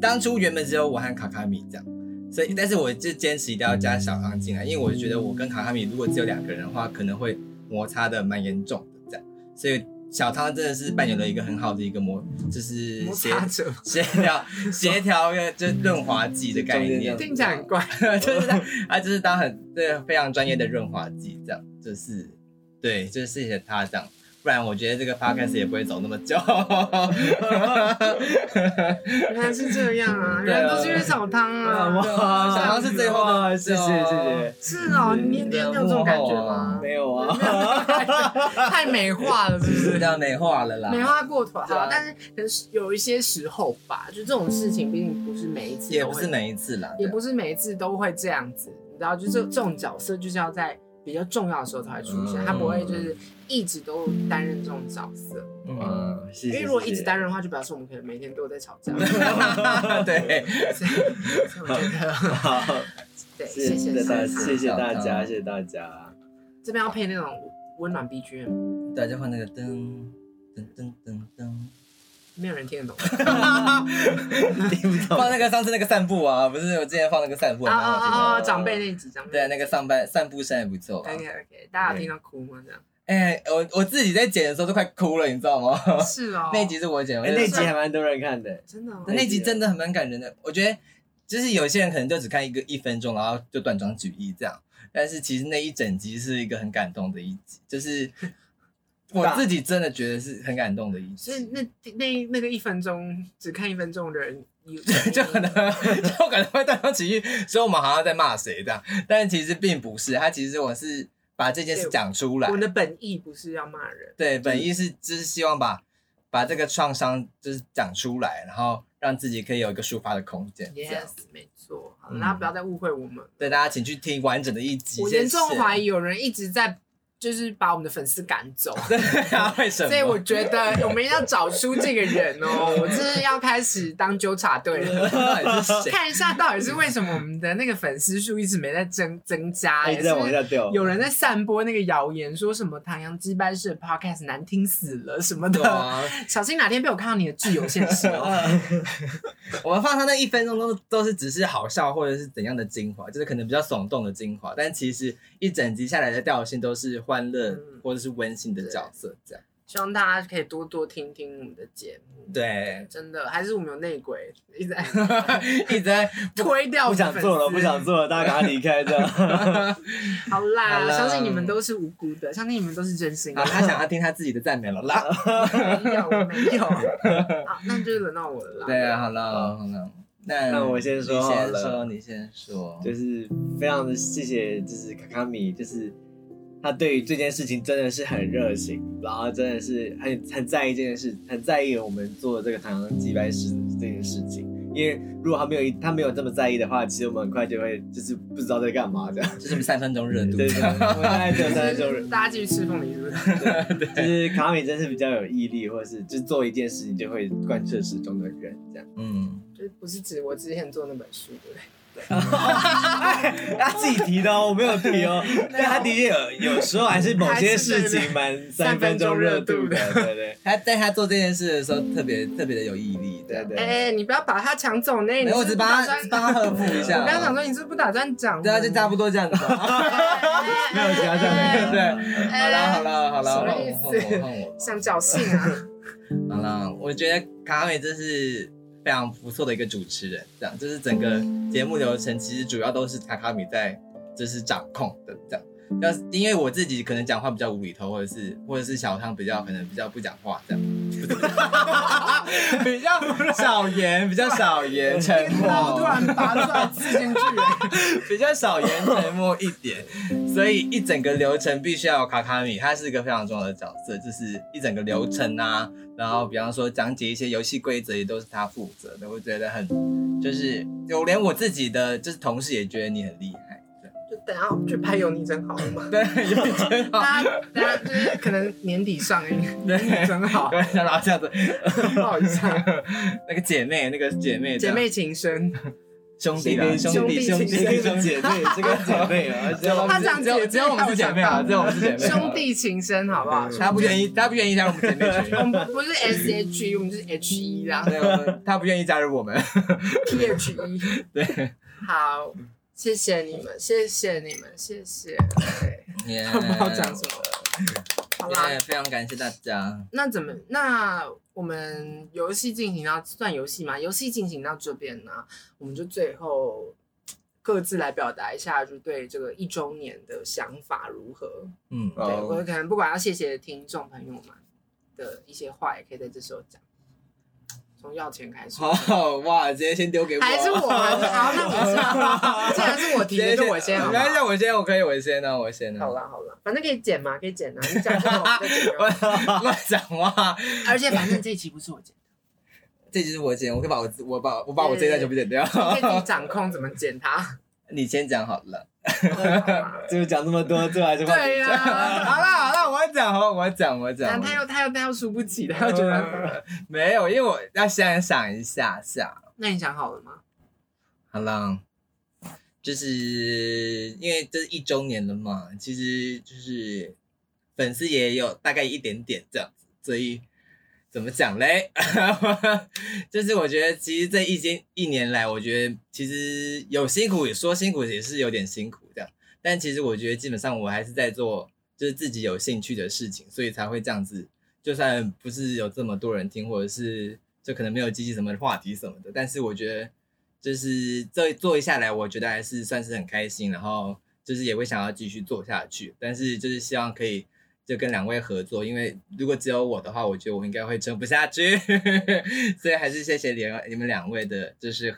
[SPEAKER 4] 当初原本只有我和卡卡米这样。所以，但是我就坚持一定要加小汤进来，因为我觉得我跟卡卡米如果只有两个人的话，可能会摩擦的蛮严重的这样。所以小汤真的是扮演了一个很好的一个磨，就是
[SPEAKER 1] 摩
[SPEAKER 4] 协
[SPEAKER 1] 擦者
[SPEAKER 4] 协调 协调一个就是润滑剂的概念，
[SPEAKER 1] 听起来很怪，
[SPEAKER 4] 就是他他就是当很对非常专业的润滑剂，这样就是对，就是谢谢他这样，不然我觉得这个 podcast 也不会走那么久。
[SPEAKER 1] 原来是这样啊！
[SPEAKER 4] 对啊
[SPEAKER 1] 原来都是因为小汤啊！
[SPEAKER 2] 哇，
[SPEAKER 4] 小汤是最后的
[SPEAKER 2] 哇谢谢谢谢，
[SPEAKER 1] 是哦，你你你有这种感觉吗？
[SPEAKER 2] 没 有啊，
[SPEAKER 1] 太美化了，是不
[SPEAKER 4] 是
[SPEAKER 1] 是？
[SPEAKER 4] 的，美化了啦，
[SPEAKER 1] 美化过头，
[SPEAKER 4] 啊对
[SPEAKER 1] 好
[SPEAKER 4] 啊，
[SPEAKER 1] 但是可能是有一些时候吧，就这种事情，毕竟不是每一次，
[SPEAKER 4] 也不是，每一次啦，
[SPEAKER 1] 也
[SPEAKER 4] 对
[SPEAKER 1] 不是每一次都会这样子，你知道，就是这这种角色就是要在比较重要的时候才会出现，
[SPEAKER 4] 嗯
[SPEAKER 1] 他不会就是一直都担任这种角色，
[SPEAKER 4] 嗯，
[SPEAKER 2] 嗯，谢
[SPEAKER 1] 因
[SPEAKER 2] 谢，
[SPEAKER 1] 为如果一直
[SPEAKER 2] 谢谢
[SPEAKER 1] 担任的话，就表示我们可能每天都有在吵架，
[SPEAKER 4] 对，
[SPEAKER 1] 所以所以我觉得，
[SPEAKER 2] 好，
[SPEAKER 1] 对，
[SPEAKER 2] 谢
[SPEAKER 1] 谢
[SPEAKER 2] 谢
[SPEAKER 1] 谢
[SPEAKER 2] 大
[SPEAKER 1] 大
[SPEAKER 2] 家，
[SPEAKER 1] 家，
[SPEAKER 2] 谢谢大
[SPEAKER 4] 小
[SPEAKER 2] 家，
[SPEAKER 4] 汤
[SPEAKER 2] 谢谢大家。
[SPEAKER 1] 这边要配那种温暖 BGM，
[SPEAKER 4] 对，就换那个噔噔噔噔噔。
[SPEAKER 1] 没有人听得懂。
[SPEAKER 4] 放那个上次那个散步啊，不是我之前放那个散步，
[SPEAKER 1] 啊
[SPEAKER 4] 蛮好听的
[SPEAKER 1] 啊啊！长辈那几张，
[SPEAKER 4] 对，那个上班散步声也不错啊。
[SPEAKER 1] OK OK，大家有听到哭吗？这样
[SPEAKER 4] 哎、我我自己在剪的时候都快哭了，你知道吗？
[SPEAKER 1] 是哦，
[SPEAKER 4] 那集是我剪，我
[SPEAKER 2] 哎，
[SPEAKER 4] 就
[SPEAKER 2] 那集还蛮多人看的，
[SPEAKER 1] 真的哦
[SPEAKER 4] 那集真的很蛮感人的。我觉得就是有些人可能就只看一个一分钟，然后就断章取义这样，但是其实那一整集是一个很感动的一集，就是我自己真的觉得是很感动的一
[SPEAKER 1] 所
[SPEAKER 4] 集
[SPEAKER 1] 以，那那那个一分钟只看一分钟的人，有
[SPEAKER 4] 就可能就可能会带动情绪，所以我们好像在骂谁这样，但其实并不是，他其实我是把这件事讲出来
[SPEAKER 1] 我，的本意不是要骂人，
[SPEAKER 4] 对，本意是就是希望把把这个创伤就是讲出来，然后让自己可以有一个抒发的空间。这样
[SPEAKER 1] Yes，没错。好，那
[SPEAKER 4] 嗯
[SPEAKER 1] 不要再误会我们。
[SPEAKER 4] 对，大家请去听完整的一集。
[SPEAKER 1] 我严重怀
[SPEAKER 4] 疑，
[SPEAKER 1] 疑有人一直在就是把我们的粉丝赶走，
[SPEAKER 4] 对啊，为什么？
[SPEAKER 1] 所以我觉得我们要找出这个人哦，我真的要开始当纠察队了。
[SPEAKER 4] 到底是 谁？
[SPEAKER 1] 看一下到底是为什么我们的那个粉丝数一直没在增增加、
[SPEAKER 2] 一
[SPEAKER 1] 欸，
[SPEAKER 2] 直在往
[SPEAKER 1] 是
[SPEAKER 2] 下掉。
[SPEAKER 1] 有人在散播那个谣言，说什么唐阳鸡掰式的 podcast 难听死了什么
[SPEAKER 4] 对
[SPEAKER 1] 的，
[SPEAKER 4] 啊，
[SPEAKER 1] 小心哪天被我看到你的挚友现实 哦。
[SPEAKER 4] 我们放上那一分钟都都是只是好笑或者是怎样的精华，就是可能比较耸动的精华，但其实一整集下来的调性都是欢乐
[SPEAKER 1] 嗯
[SPEAKER 4] 或者是温馨的角色，这样。
[SPEAKER 1] 希望大家可以多多听听我们的节目，
[SPEAKER 4] 对，
[SPEAKER 1] 真的还是我们有内鬼一直在
[SPEAKER 4] 一直在
[SPEAKER 1] 推掉我们的
[SPEAKER 2] 不想
[SPEAKER 1] 粉丝
[SPEAKER 2] 做了，不想做了，大家赶快离开这 样。
[SPEAKER 1] 好啦，
[SPEAKER 4] 好啦
[SPEAKER 1] 相信你们都是无辜的，相信你们都是真心的
[SPEAKER 4] 啊，。他想要听他自己的赞美了啦。
[SPEAKER 1] 没有没有，好，那就轮到我了啦。
[SPEAKER 4] 对啊，好了好了，那
[SPEAKER 2] 嗯那我先说
[SPEAKER 4] 你
[SPEAKER 2] 好
[SPEAKER 4] 先
[SPEAKER 2] 了
[SPEAKER 4] 说，你先说。
[SPEAKER 2] 就是非常的谢谢，就是卡卡米，就是他对于这件事情真的是很热情，然后真的是很很在意这件事，很在意我们做这个唐扬鸡白石这件事情。因为如果他没有他没有这么在意的话，其实我们很快就会就是不知道在干嘛这样。
[SPEAKER 4] 就是三分钟热度，
[SPEAKER 2] 对对， 对我大概只有三种人，
[SPEAKER 1] 大家继续吃凤梨是不是？
[SPEAKER 2] 就是卡米真是比较有毅力，或者是就做一件事情就会贯彻始终的人这样。
[SPEAKER 4] 嗯，
[SPEAKER 1] 就是不是指我之前做那本书，对不对？
[SPEAKER 2] 他自己提的哦，我没有提 哦。但他的确有有时候还是某些事情蛮三分钟热度的，对 对
[SPEAKER 4] 他在他做这件事的时候特别特别的有毅力，
[SPEAKER 2] 对对。
[SPEAKER 1] 哎、你不要把它抢走呢，你是
[SPEAKER 4] 没有，
[SPEAKER 1] 不
[SPEAKER 4] 我
[SPEAKER 1] 是
[SPEAKER 4] 只
[SPEAKER 1] 不
[SPEAKER 4] 帮
[SPEAKER 1] 打
[SPEAKER 4] 他
[SPEAKER 1] 算，
[SPEAKER 4] 只帮他呵护一下。
[SPEAKER 1] 我刚刚想说你是不是不打算讲，
[SPEAKER 4] 对啊，就差不
[SPEAKER 1] 多。
[SPEAKER 4] 多这样子。
[SPEAKER 2] 没有其他
[SPEAKER 1] 哎
[SPEAKER 2] 项 目。
[SPEAKER 4] 对，好啦好啦好啦，
[SPEAKER 1] 什么
[SPEAKER 4] 换
[SPEAKER 1] 意
[SPEAKER 4] 我
[SPEAKER 1] 思
[SPEAKER 4] 换我换我。
[SPEAKER 1] 想侥幸啊！
[SPEAKER 4] 好啦，我觉得卡美真是非常不错的一个主持人，这样就是整个节目流程其实主要都是卡卡米在就是掌控的这样。要是因为我自己可能讲话比较无厘头，或者是或者是小汤比较可能比较不讲话这样， 比较少言，比较少言，沉 默。
[SPEAKER 1] 然后突然拔出来刺进去，
[SPEAKER 4] 比较少言沉默一点，所以一整个流程必须要有卡卡米，他是一个非常重要的角色，就是一整个流程啊，然后比方说讲解一些游戏规则也都是他负责的，我觉得很就是有连我自己的就是同事也觉得你很厉 害，
[SPEAKER 1] 就等下我们去拍油泥真好了嘛。
[SPEAKER 4] 对，对，有觉得
[SPEAKER 1] 大家大家就是可能年底上映，
[SPEAKER 4] 对，
[SPEAKER 1] 真好，
[SPEAKER 4] 然后这样子，
[SPEAKER 1] 不好意思啊，
[SPEAKER 4] 那个姐妹，那个姐妹，
[SPEAKER 1] 姐妹情深。
[SPEAKER 4] 兄弟啦，兄弟兄弟
[SPEAKER 2] 这
[SPEAKER 1] 对
[SPEAKER 2] 个
[SPEAKER 1] 对
[SPEAKER 2] 是
[SPEAKER 4] 兄弟，
[SPEAKER 2] 姐妹，这个是姐 妹啊，
[SPEAKER 4] 只有我
[SPEAKER 1] 他
[SPEAKER 4] 们
[SPEAKER 1] 这样
[SPEAKER 4] 是只有
[SPEAKER 1] 姐
[SPEAKER 4] 只有我们是姐妹啊，只有我们是姐妹啊，
[SPEAKER 1] 兄弟情深，好不好？
[SPEAKER 4] 他不愿意，他不愿意加入我们姐妹群。
[SPEAKER 1] 我们不是 S H E，我们就是 H E 啦
[SPEAKER 4] 没有，他不愿意加入我们。
[SPEAKER 1] ，T H E。
[SPEAKER 4] 对，
[SPEAKER 1] 好，谢谢你们，谢谢你们，谢谢。对，
[SPEAKER 4] 不
[SPEAKER 1] 不知道讲什么。好啦，
[SPEAKER 4] 非常感谢大家。
[SPEAKER 1] 那怎么？那我们游戏进行到算游戏吗？游戏进行到这边呢，我们就最后各自来表达一下，就对这个一周年的想法如何？
[SPEAKER 4] 嗯，
[SPEAKER 1] 对
[SPEAKER 2] 好
[SPEAKER 1] 我可能不管要谢谢听众朋友们的一些话，也可以在这时候讲。从要钱开始，
[SPEAKER 4] 好哇，直接先丢给我，
[SPEAKER 1] 还是我，还是好，那我先，既然是我提
[SPEAKER 4] 直
[SPEAKER 1] 的，
[SPEAKER 4] 接
[SPEAKER 1] 就我先好
[SPEAKER 4] 没
[SPEAKER 1] 了
[SPEAKER 4] 关。系，我先，我可以，我先啊呢，我先呢。
[SPEAKER 1] 好，了好了，反正可以剪嘛，可以剪啊，你讲就好，我就剪啊
[SPEAKER 4] 乱讲话。
[SPEAKER 1] 而且反正这一期不是我剪，
[SPEAKER 4] 这就是我剪，我可以把我自我把我把我这一段全部剪掉。
[SPEAKER 1] 你可以自己掌控怎么剪它。
[SPEAKER 4] 你先讲好了。
[SPEAKER 2] 最后讲这么
[SPEAKER 1] 啊
[SPEAKER 2] 多，最后还是换
[SPEAKER 1] 对呀，
[SPEAKER 4] 啊好了好了，我讲，好，我讲，我
[SPEAKER 1] 然
[SPEAKER 4] 讲。
[SPEAKER 1] 后他又他又他又输不 起，
[SPEAKER 4] 啊
[SPEAKER 1] 他又觉得。
[SPEAKER 4] 没有，因为我要先想一下下。
[SPEAKER 1] 那你想好了吗？
[SPEAKER 4] 好啦，就是因为这是一周年了嘛，其实就是粉丝也有大概一点点这样子，所以怎么讲嘞？ 就是我觉得其实这一间一年来，我觉得其实有辛苦，也说辛苦也是有点辛苦这样，但其实我觉得基本上我还是在做就是自己有兴趣的事情，所以才会这样子。就算不是有这么多人听，或者是就可能没有激起什么话题什么的，但是我觉得就是这做一下来，我觉得还是算是很开心，然后就是也会想要继续做下去，但是就是希望可以就跟两位合作，因为如果只有我的话，我觉得我应该会撑不下去， 所以还是谢谢两你们两位的，就是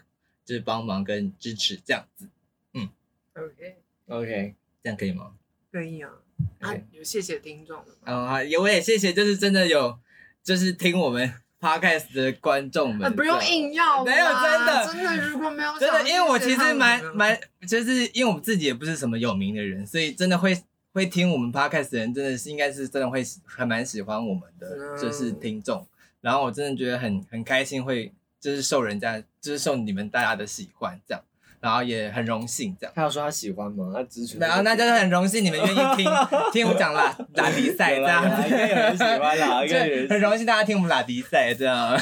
[SPEAKER 4] 就是帮忙跟支持这样子。
[SPEAKER 1] OK，
[SPEAKER 4] OK，这样可以吗？
[SPEAKER 1] 可以啊。啊
[SPEAKER 4] OK，
[SPEAKER 1] 有谢谢听众了吗？
[SPEAKER 4] 然后也我也谢谢，就是真的有就是听我们 podcast 的观众们，
[SPEAKER 1] 啊，不用
[SPEAKER 4] 这样
[SPEAKER 1] 硬要啦，
[SPEAKER 4] 没有真的
[SPEAKER 1] 真的，如果没有
[SPEAKER 4] 真
[SPEAKER 1] 想
[SPEAKER 4] 的，因为我
[SPEAKER 1] 谢
[SPEAKER 4] 其
[SPEAKER 1] 谢他
[SPEAKER 4] 实
[SPEAKER 1] 们
[SPEAKER 4] 蛮
[SPEAKER 1] 呢
[SPEAKER 4] 蛮，就是因为我们自己也不是什么有名的人，所以真的会会听我们 podcast 的人，真的是应该是真的会喜还蛮喜欢我们的，
[SPEAKER 1] 嗯
[SPEAKER 4] 就是听众。然后我真的觉得很很开心，会就是受人家，就是受你们大家的喜欢这样，然后也很荣幸这样。
[SPEAKER 2] 他有说他喜欢吗？啊他支 持。
[SPEAKER 4] 然后那就是很荣幸你们愿意听听我们讲拉拉迪赛
[SPEAKER 2] 有
[SPEAKER 4] 这
[SPEAKER 2] 啦有啦
[SPEAKER 4] 样，
[SPEAKER 2] 应该有人喜欢 啦，应该有
[SPEAKER 4] 对，
[SPEAKER 2] 人
[SPEAKER 4] 很
[SPEAKER 2] 喜
[SPEAKER 4] 荣幸大家听我们拉迪赛这样。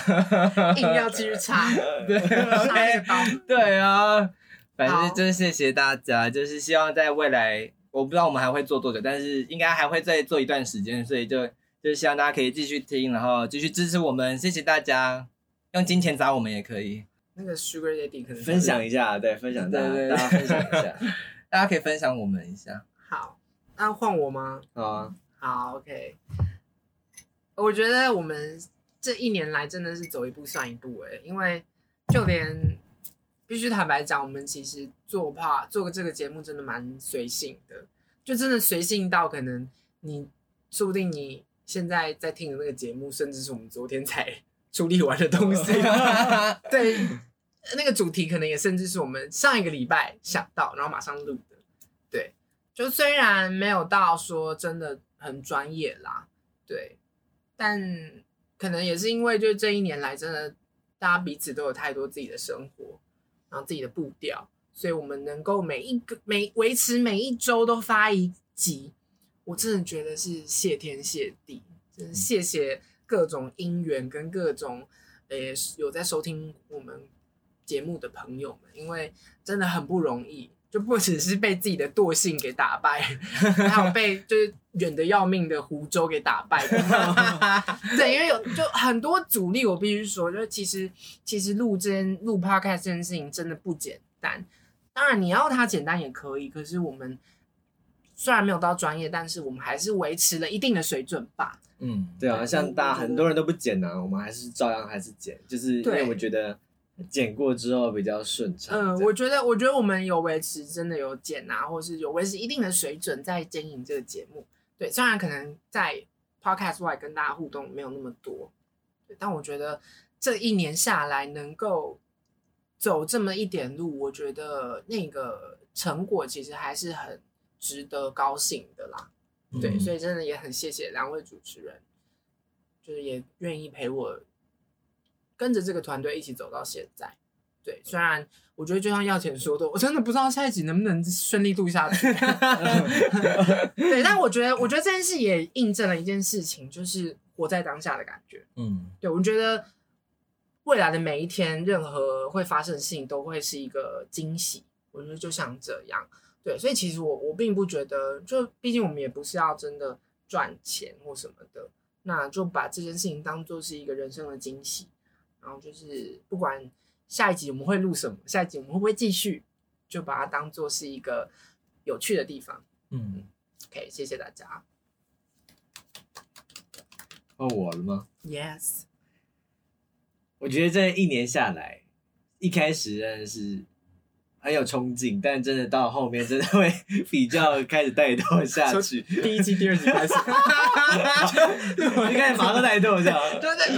[SPEAKER 1] 硬要继续 插，
[SPEAKER 4] 对
[SPEAKER 1] 插一
[SPEAKER 4] ，OK
[SPEAKER 1] 个。包
[SPEAKER 4] 对啊，反
[SPEAKER 1] 好
[SPEAKER 4] 正就是谢谢大家，就是希望在未来，我不知道我们还会做多久，但是应该还会再做一段时间，所以就就是希望大家可以继续听，然后继续支持我们，谢谢大家，用金钱砸我们也可以，
[SPEAKER 1] 那个 Sugar Daddy 可能
[SPEAKER 2] 欢。分享一下，对，分享大
[SPEAKER 4] 对对对
[SPEAKER 2] 家，大家分享一下。
[SPEAKER 4] 大家可以分享我们一 下。
[SPEAKER 1] 好，那换我吗？
[SPEAKER 2] 好啊，
[SPEAKER 1] 好，OK。我觉得我们这一年来真的是走一步算一步哎、因为就连必须坦白讲，我们其实做怕做这个节目真的蛮随性的，就真的随性到可能你说不定你现在在听的那个节目，甚至是我们昨天才 处理完的东西， 对，那个主题可能也甚至是我们上一个礼拜想到，然后马上录的。对，就虽然没有到说真的很专业啦，对，但可能也是因为就这一年来，真的大家彼此都有太多自己的生活，然后自己的步调，所以我们能够每一个每维持每一周都发一集，我真的觉得是谢天谢地，真的谢谢各种因缘跟各种诶、有在收听我们节目的朋友们，因为真的很不容易，就不只是被自己的惰性给打败，还有被就是远的要命的湖州给打败。对，因为有就很多阻力，我必须说，就是其实其实录这件录 podcast 这件事情真的不简单。当然你要它简单也可以，可是我们虽然没有到专业，但是我们还是维持了一定的水准吧。
[SPEAKER 4] 嗯，
[SPEAKER 2] 对啊，像
[SPEAKER 1] 我
[SPEAKER 2] 大家
[SPEAKER 1] 觉得
[SPEAKER 2] 很多人都不剪啊，我们还是照样还是剪，就是因为
[SPEAKER 1] 对
[SPEAKER 2] 我觉得剪过之后比较顺畅。
[SPEAKER 1] 嗯，
[SPEAKER 2] 这
[SPEAKER 1] 我
[SPEAKER 2] 样
[SPEAKER 1] 觉得，我觉得我们有维持，真的有减啊，或是有维持一定的水准在经营这个节目。对，虽然可能在 podcast 外跟大家互动没有那么多，对但我觉得这一年下来能够走这么一点路，我觉得那个成果其实还是很值得高兴的啦。
[SPEAKER 4] 嗯
[SPEAKER 1] 对，所以真的也很谢谢两位主持人，就是也愿意陪我跟着这个团队一起走到现在。对，虽然我觉得就像耀前说的，我真的不知道下一集能不能顺利度下去。 对，但我觉得，我觉得这件事也印证了一件事情，就是活在当下的感觉。
[SPEAKER 4] 嗯，
[SPEAKER 1] 对，我觉得未来的每一天，任何会发生的事情都会是一个惊喜。我觉得就像这样，对，所以其实我我并不觉得，就毕竟我们也不是要真的赚钱或什么的，那就把这件事情当做是一个人生的惊喜。然后就是不管下一集我们会录什么，下一集我们会不会继续，就把它当做是一个有趣的地方。
[SPEAKER 4] 嗯，
[SPEAKER 1] OK，谢谢大家。
[SPEAKER 2] 换我了吗？
[SPEAKER 1] Yes，
[SPEAKER 2] 我觉得这一年下来，一开始真的是很有冲劲，但真的到后面真的会 比较开始怠惰下去，
[SPEAKER 1] 第一集、第二集 开始，
[SPEAKER 2] 一开始马上怠惰这样。
[SPEAKER 1] 对对，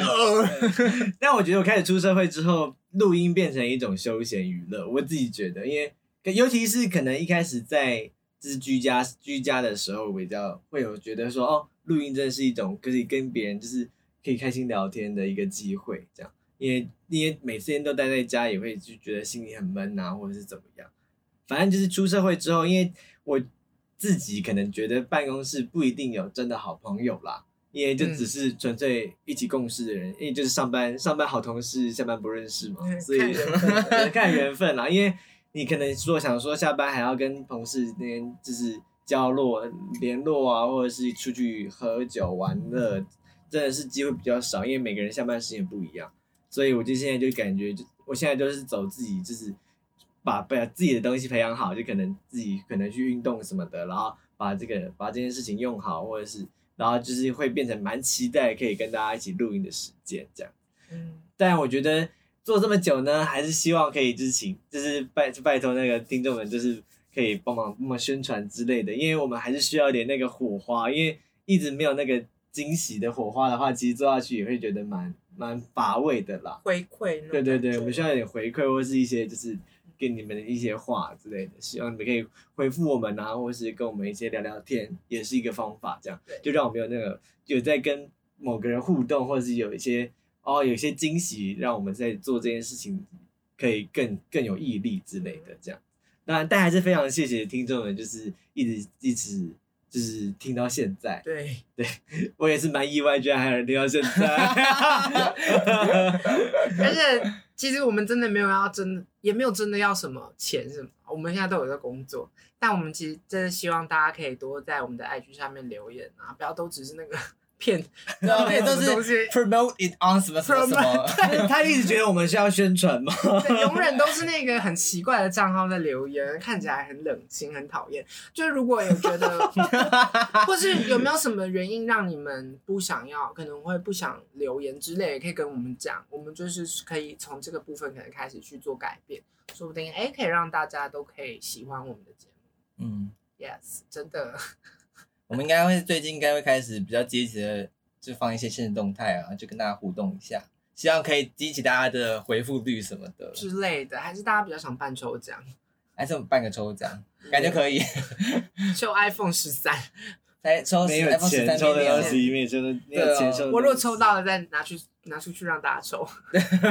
[SPEAKER 1] 呃
[SPEAKER 2] 但我觉得我开始出社会之后，录音变成一种休闲娱乐，我自己觉得，因为可尤其是可能一开始在就是居家居家的时候，比较会有觉得说，哦，录音真的是一种可以跟别人就是可以开心聊天的一个机会，这样，因为因为每天都待在家，也会就觉得心里很闷啊，或者是怎么样。反正就是出社会之后，因为我自己可能觉得办公室不一定有真的好朋友啦，因为就只是纯粹一起共事的人，因为就是上班上班好同事，下班不认识嘛，所以
[SPEAKER 1] 嗯看缘分
[SPEAKER 2] 对看缘分啦。因为你可能说想说下班还要跟同事那边就是交落联络啊，或者是出去喝酒玩乐，真的是机会比较少，因为每个人下班时间不一样。所以我就现在就感觉就，我现在就是走自己，就是把把自己的东西培养好，就可能自己可能去运动什么的，然后把这个把这件事情用好，或者是然后就是会变成蛮期待可以跟大家一起录音的时间这样。
[SPEAKER 1] 嗯，
[SPEAKER 2] 但我觉得做这么久呢，还是希望可以就是请，就是拜拜托那个听众们，就是可以帮忙帮忙宣传之类的，因为我们还是需要一点那个火花，因为一直没有那个惊喜的火花的话，其实做下去也会觉得蛮蛮乏味的啦。
[SPEAKER 1] 回馈那种
[SPEAKER 2] 对对
[SPEAKER 1] 感
[SPEAKER 2] 对，
[SPEAKER 1] 觉
[SPEAKER 2] 我们需要一点回馈，或是一些就是给你们的一些话之类的，希望你们可以回复我们啊，或是跟我们一些聊聊天，也是一个方法。这样
[SPEAKER 1] 对
[SPEAKER 2] 就让我们有那个有在跟某个人互动，或者是有一些哦有一些惊喜，让我们在做这件事情可以更更有毅力之类
[SPEAKER 1] 嗯
[SPEAKER 2] 的。这样，那但还是非常谢谢听众们，就是一直一直就是听到现在，
[SPEAKER 1] 对，
[SPEAKER 2] 我也是蛮意外，居然还有人听到现在。
[SPEAKER 1] 而且其实我们真的没有要真的，也没有真的要什么钱什么，我们现在都有在工作，但我们其实真的希望大家可以多在我们的 IG 下面留言啊，不要都只是那个 骗，
[SPEAKER 4] 对啊，每次都
[SPEAKER 1] 什么东西
[SPEAKER 4] 是 promote it on 什么什么什么，
[SPEAKER 2] 他一直觉得我们需要宣传嘛，
[SPEAKER 1] 对，永远都是那个很奇怪的账号在留言，看起来很冷清，很讨厌。就是如果有觉得，或是有没有什么原因让你们不想要，可能会不想留言之类，也可以跟我们讲，我们就是可以从这个部分可能开始去做改变，说不定哎、诶可以让大家都可以喜欢我们的节目。
[SPEAKER 4] 嗯，
[SPEAKER 1] Yes，真的，
[SPEAKER 4] 我们应该会最近应该会开始比较积极的，就放一些现实动态啊，就跟大家互动一下，希望可以激起大家的回复率什么的，
[SPEAKER 1] 之类的，还是大家比较想办抽奖，
[SPEAKER 4] 还是我们办个抽奖，感觉可以，
[SPEAKER 1] 抽 iPhone 十三。
[SPEAKER 4] 来抽
[SPEAKER 2] 没有
[SPEAKER 4] iPhone
[SPEAKER 2] 钱
[SPEAKER 4] 13
[SPEAKER 2] 抽的二
[SPEAKER 4] 给
[SPEAKER 2] 十
[SPEAKER 4] 你
[SPEAKER 2] 一面，抽的没有钱抽的。
[SPEAKER 1] 我如果抽，到了，再拿去拿出去让大家抽。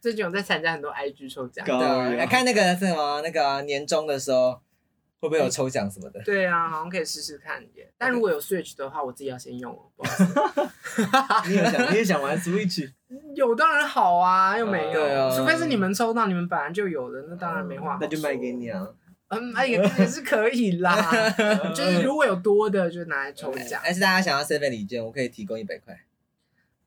[SPEAKER 1] 最近我在参加很多 IG 抽奖。
[SPEAKER 2] 高
[SPEAKER 4] 对啊，来
[SPEAKER 2] 远，
[SPEAKER 4] 看那个是什么那个啊年终的时候会不会有抽奖什么 的？
[SPEAKER 1] 对啊，好像可以试试看耶。但如果有 Switch 的话，我自己要先用哦。不好意思
[SPEAKER 2] 你也想，你也想玩 Switch？
[SPEAKER 1] 有当然好啊，又没有，
[SPEAKER 4] 嗯对啊
[SPEAKER 1] 除非是你们抽到，你们本来就有的，那当然没话。
[SPEAKER 2] 那就卖给。你啊！
[SPEAKER 1] 嗯，哎也也是可以啦，就是如果有多的，就拿来抽奖。
[SPEAKER 4] 还是大家想要 seven 礼券，我可以提供一百块，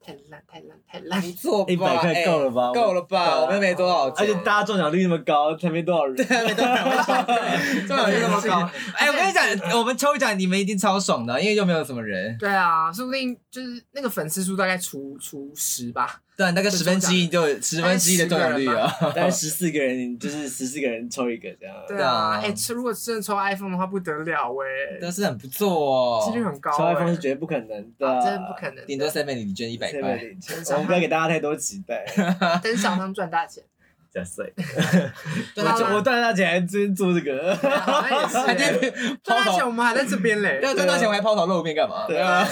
[SPEAKER 1] 太烂，太烂，太烂
[SPEAKER 4] 不。错吧？
[SPEAKER 2] 100块
[SPEAKER 4] 哎
[SPEAKER 2] 够了吧
[SPEAKER 4] 够了吧？
[SPEAKER 2] 我
[SPEAKER 4] 我们没多少
[SPEAKER 2] 而
[SPEAKER 4] 钱，
[SPEAKER 2] 且大家中奖率那么高，才没多少人。
[SPEAKER 1] 啊
[SPEAKER 4] 没多少钱，中奖率那么高。哎，我跟你 讲，我们抽奖你们一定超爽的，因为又没有什么 人，
[SPEAKER 1] 对啊，说不定就是那个粉丝数大概除除十吧。
[SPEAKER 4] 对，那个十分之一就十分之一的中奖率啊，
[SPEAKER 2] 但是十四个人，就是十四个人抽一个这样。
[SPEAKER 1] 对啊，
[SPEAKER 4] 对啊
[SPEAKER 1] 哎、吃如果真的抽 iPhone 的话，不得了喂、
[SPEAKER 4] 但是很不错
[SPEAKER 1] 几率
[SPEAKER 4] 哦，
[SPEAKER 1] 很高、欸，
[SPEAKER 2] 抽 iPhone 是绝对不可能的，啊
[SPEAKER 1] 啊真的不可能。
[SPEAKER 4] 顶多 seven 礼券一百块。
[SPEAKER 2] 我们不要给大家太多期待。
[SPEAKER 1] 等小商赚大钱，
[SPEAKER 2] 假设，
[SPEAKER 4] 对
[SPEAKER 2] 我
[SPEAKER 4] 啊
[SPEAKER 2] 我赚大钱还真做这个，
[SPEAKER 1] 好像也
[SPEAKER 4] 还在
[SPEAKER 1] 是欸赚
[SPEAKER 4] 抛
[SPEAKER 1] 大钱，
[SPEAKER 4] 头，
[SPEAKER 1] 我们还在这边嘞。
[SPEAKER 4] 要赚啊到钱我还抛头露面干嘛？
[SPEAKER 2] 对啊，
[SPEAKER 1] 啊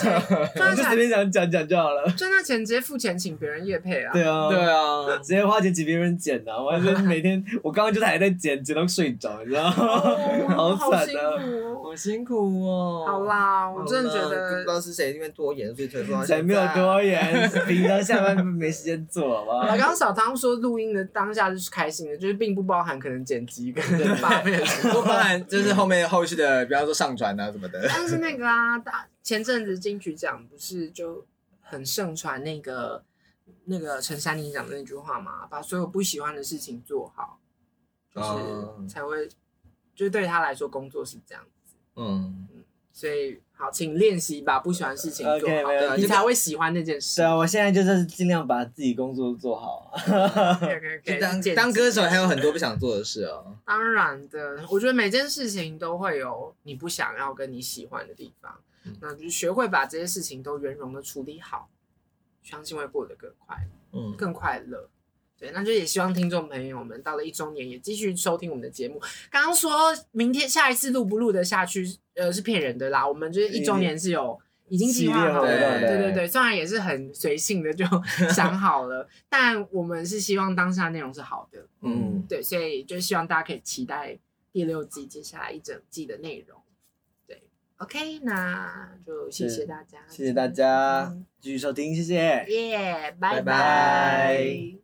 [SPEAKER 1] 赚
[SPEAKER 2] 我就
[SPEAKER 1] 大
[SPEAKER 2] 随
[SPEAKER 1] 钱，
[SPEAKER 2] 便讲讲讲就好了。
[SPEAKER 1] 赚大钱直接付钱请别人夜配啊。
[SPEAKER 2] 对啊，
[SPEAKER 4] 对啊，
[SPEAKER 2] 直接花钱请别人剪的、我还是每天，我刚刚就是还在剪，剪到睡着，你知道吗？
[SPEAKER 1] 哦， 好
[SPEAKER 2] 惨
[SPEAKER 1] 辛
[SPEAKER 2] 啊！
[SPEAKER 1] 苦哦。
[SPEAKER 4] 好辛苦哦。
[SPEAKER 1] 好啦，我真的觉
[SPEAKER 4] 不知
[SPEAKER 1] 得
[SPEAKER 4] 道是谁因为拖延，所以才拖到现在
[SPEAKER 2] 才没有多远，平常下班没时间做，好不
[SPEAKER 1] 好
[SPEAKER 2] 好
[SPEAKER 1] 了。？刚刚小汤说录音的当下就是开心的，就是并不包含可能剪辑跟发 面。
[SPEAKER 4] 不包含就是后面后续的，比方说上传啊什么的。
[SPEAKER 1] 但是那个啊，大前阵子金曲奖不是就很盛传那个那个陈珊妮讲的那句话嘛，把所有不喜欢的事情做好，就是
[SPEAKER 4] 哦
[SPEAKER 1] 才会，就对他来说工作是这样子，
[SPEAKER 4] 嗯，
[SPEAKER 1] 所以好，请练习把不喜欢的事情做
[SPEAKER 2] OK，
[SPEAKER 1] 好
[SPEAKER 2] 没
[SPEAKER 4] 问题
[SPEAKER 1] 你才会喜欢那件事
[SPEAKER 2] 对。啊，我现在就是尽量把自己工作做好。
[SPEAKER 1] 可以可以可以
[SPEAKER 4] 当
[SPEAKER 1] 剪辑
[SPEAKER 4] 当歌手还有很多不想做的事哦。
[SPEAKER 1] 当然的，我觉得每件事情都会有你不想要跟你喜欢的地方，
[SPEAKER 4] 嗯
[SPEAKER 1] 那就是学会把这些事情都圆融的处理好，相信会过得更快
[SPEAKER 4] 嗯，
[SPEAKER 1] 更快乐。对，那就也希望听众朋友们到了一周年也继续收听我们的节目。刚刚说明天下一次录不录得下去，呃，是骗人的啦。我们就是一周年是有已经计划好
[SPEAKER 4] 系
[SPEAKER 1] 了，
[SPEAKER 4] 列活动
[SPEAKER 1] 对
[SPEAKER 4] 对
[SPEAKER 1] 对对。虽然也是很随性的就 想好了，但我们是希望当下内容是好的，
[SPEAKER 4] 嗯，
[SPEAKER 1] 对，所以就希望大家可以期待第六季接下来一整季的内容。对，OK，那就谢谢
[SPEAKER 2] 是
[SPEAKER 1] 大家，
[SPEAKER 2] 谢谢大家，继续收听，谢谢。
[SPEAKER 1] 耶，拜
[SPEAKER 4] 拜拜
[SPEAKER 1] 拜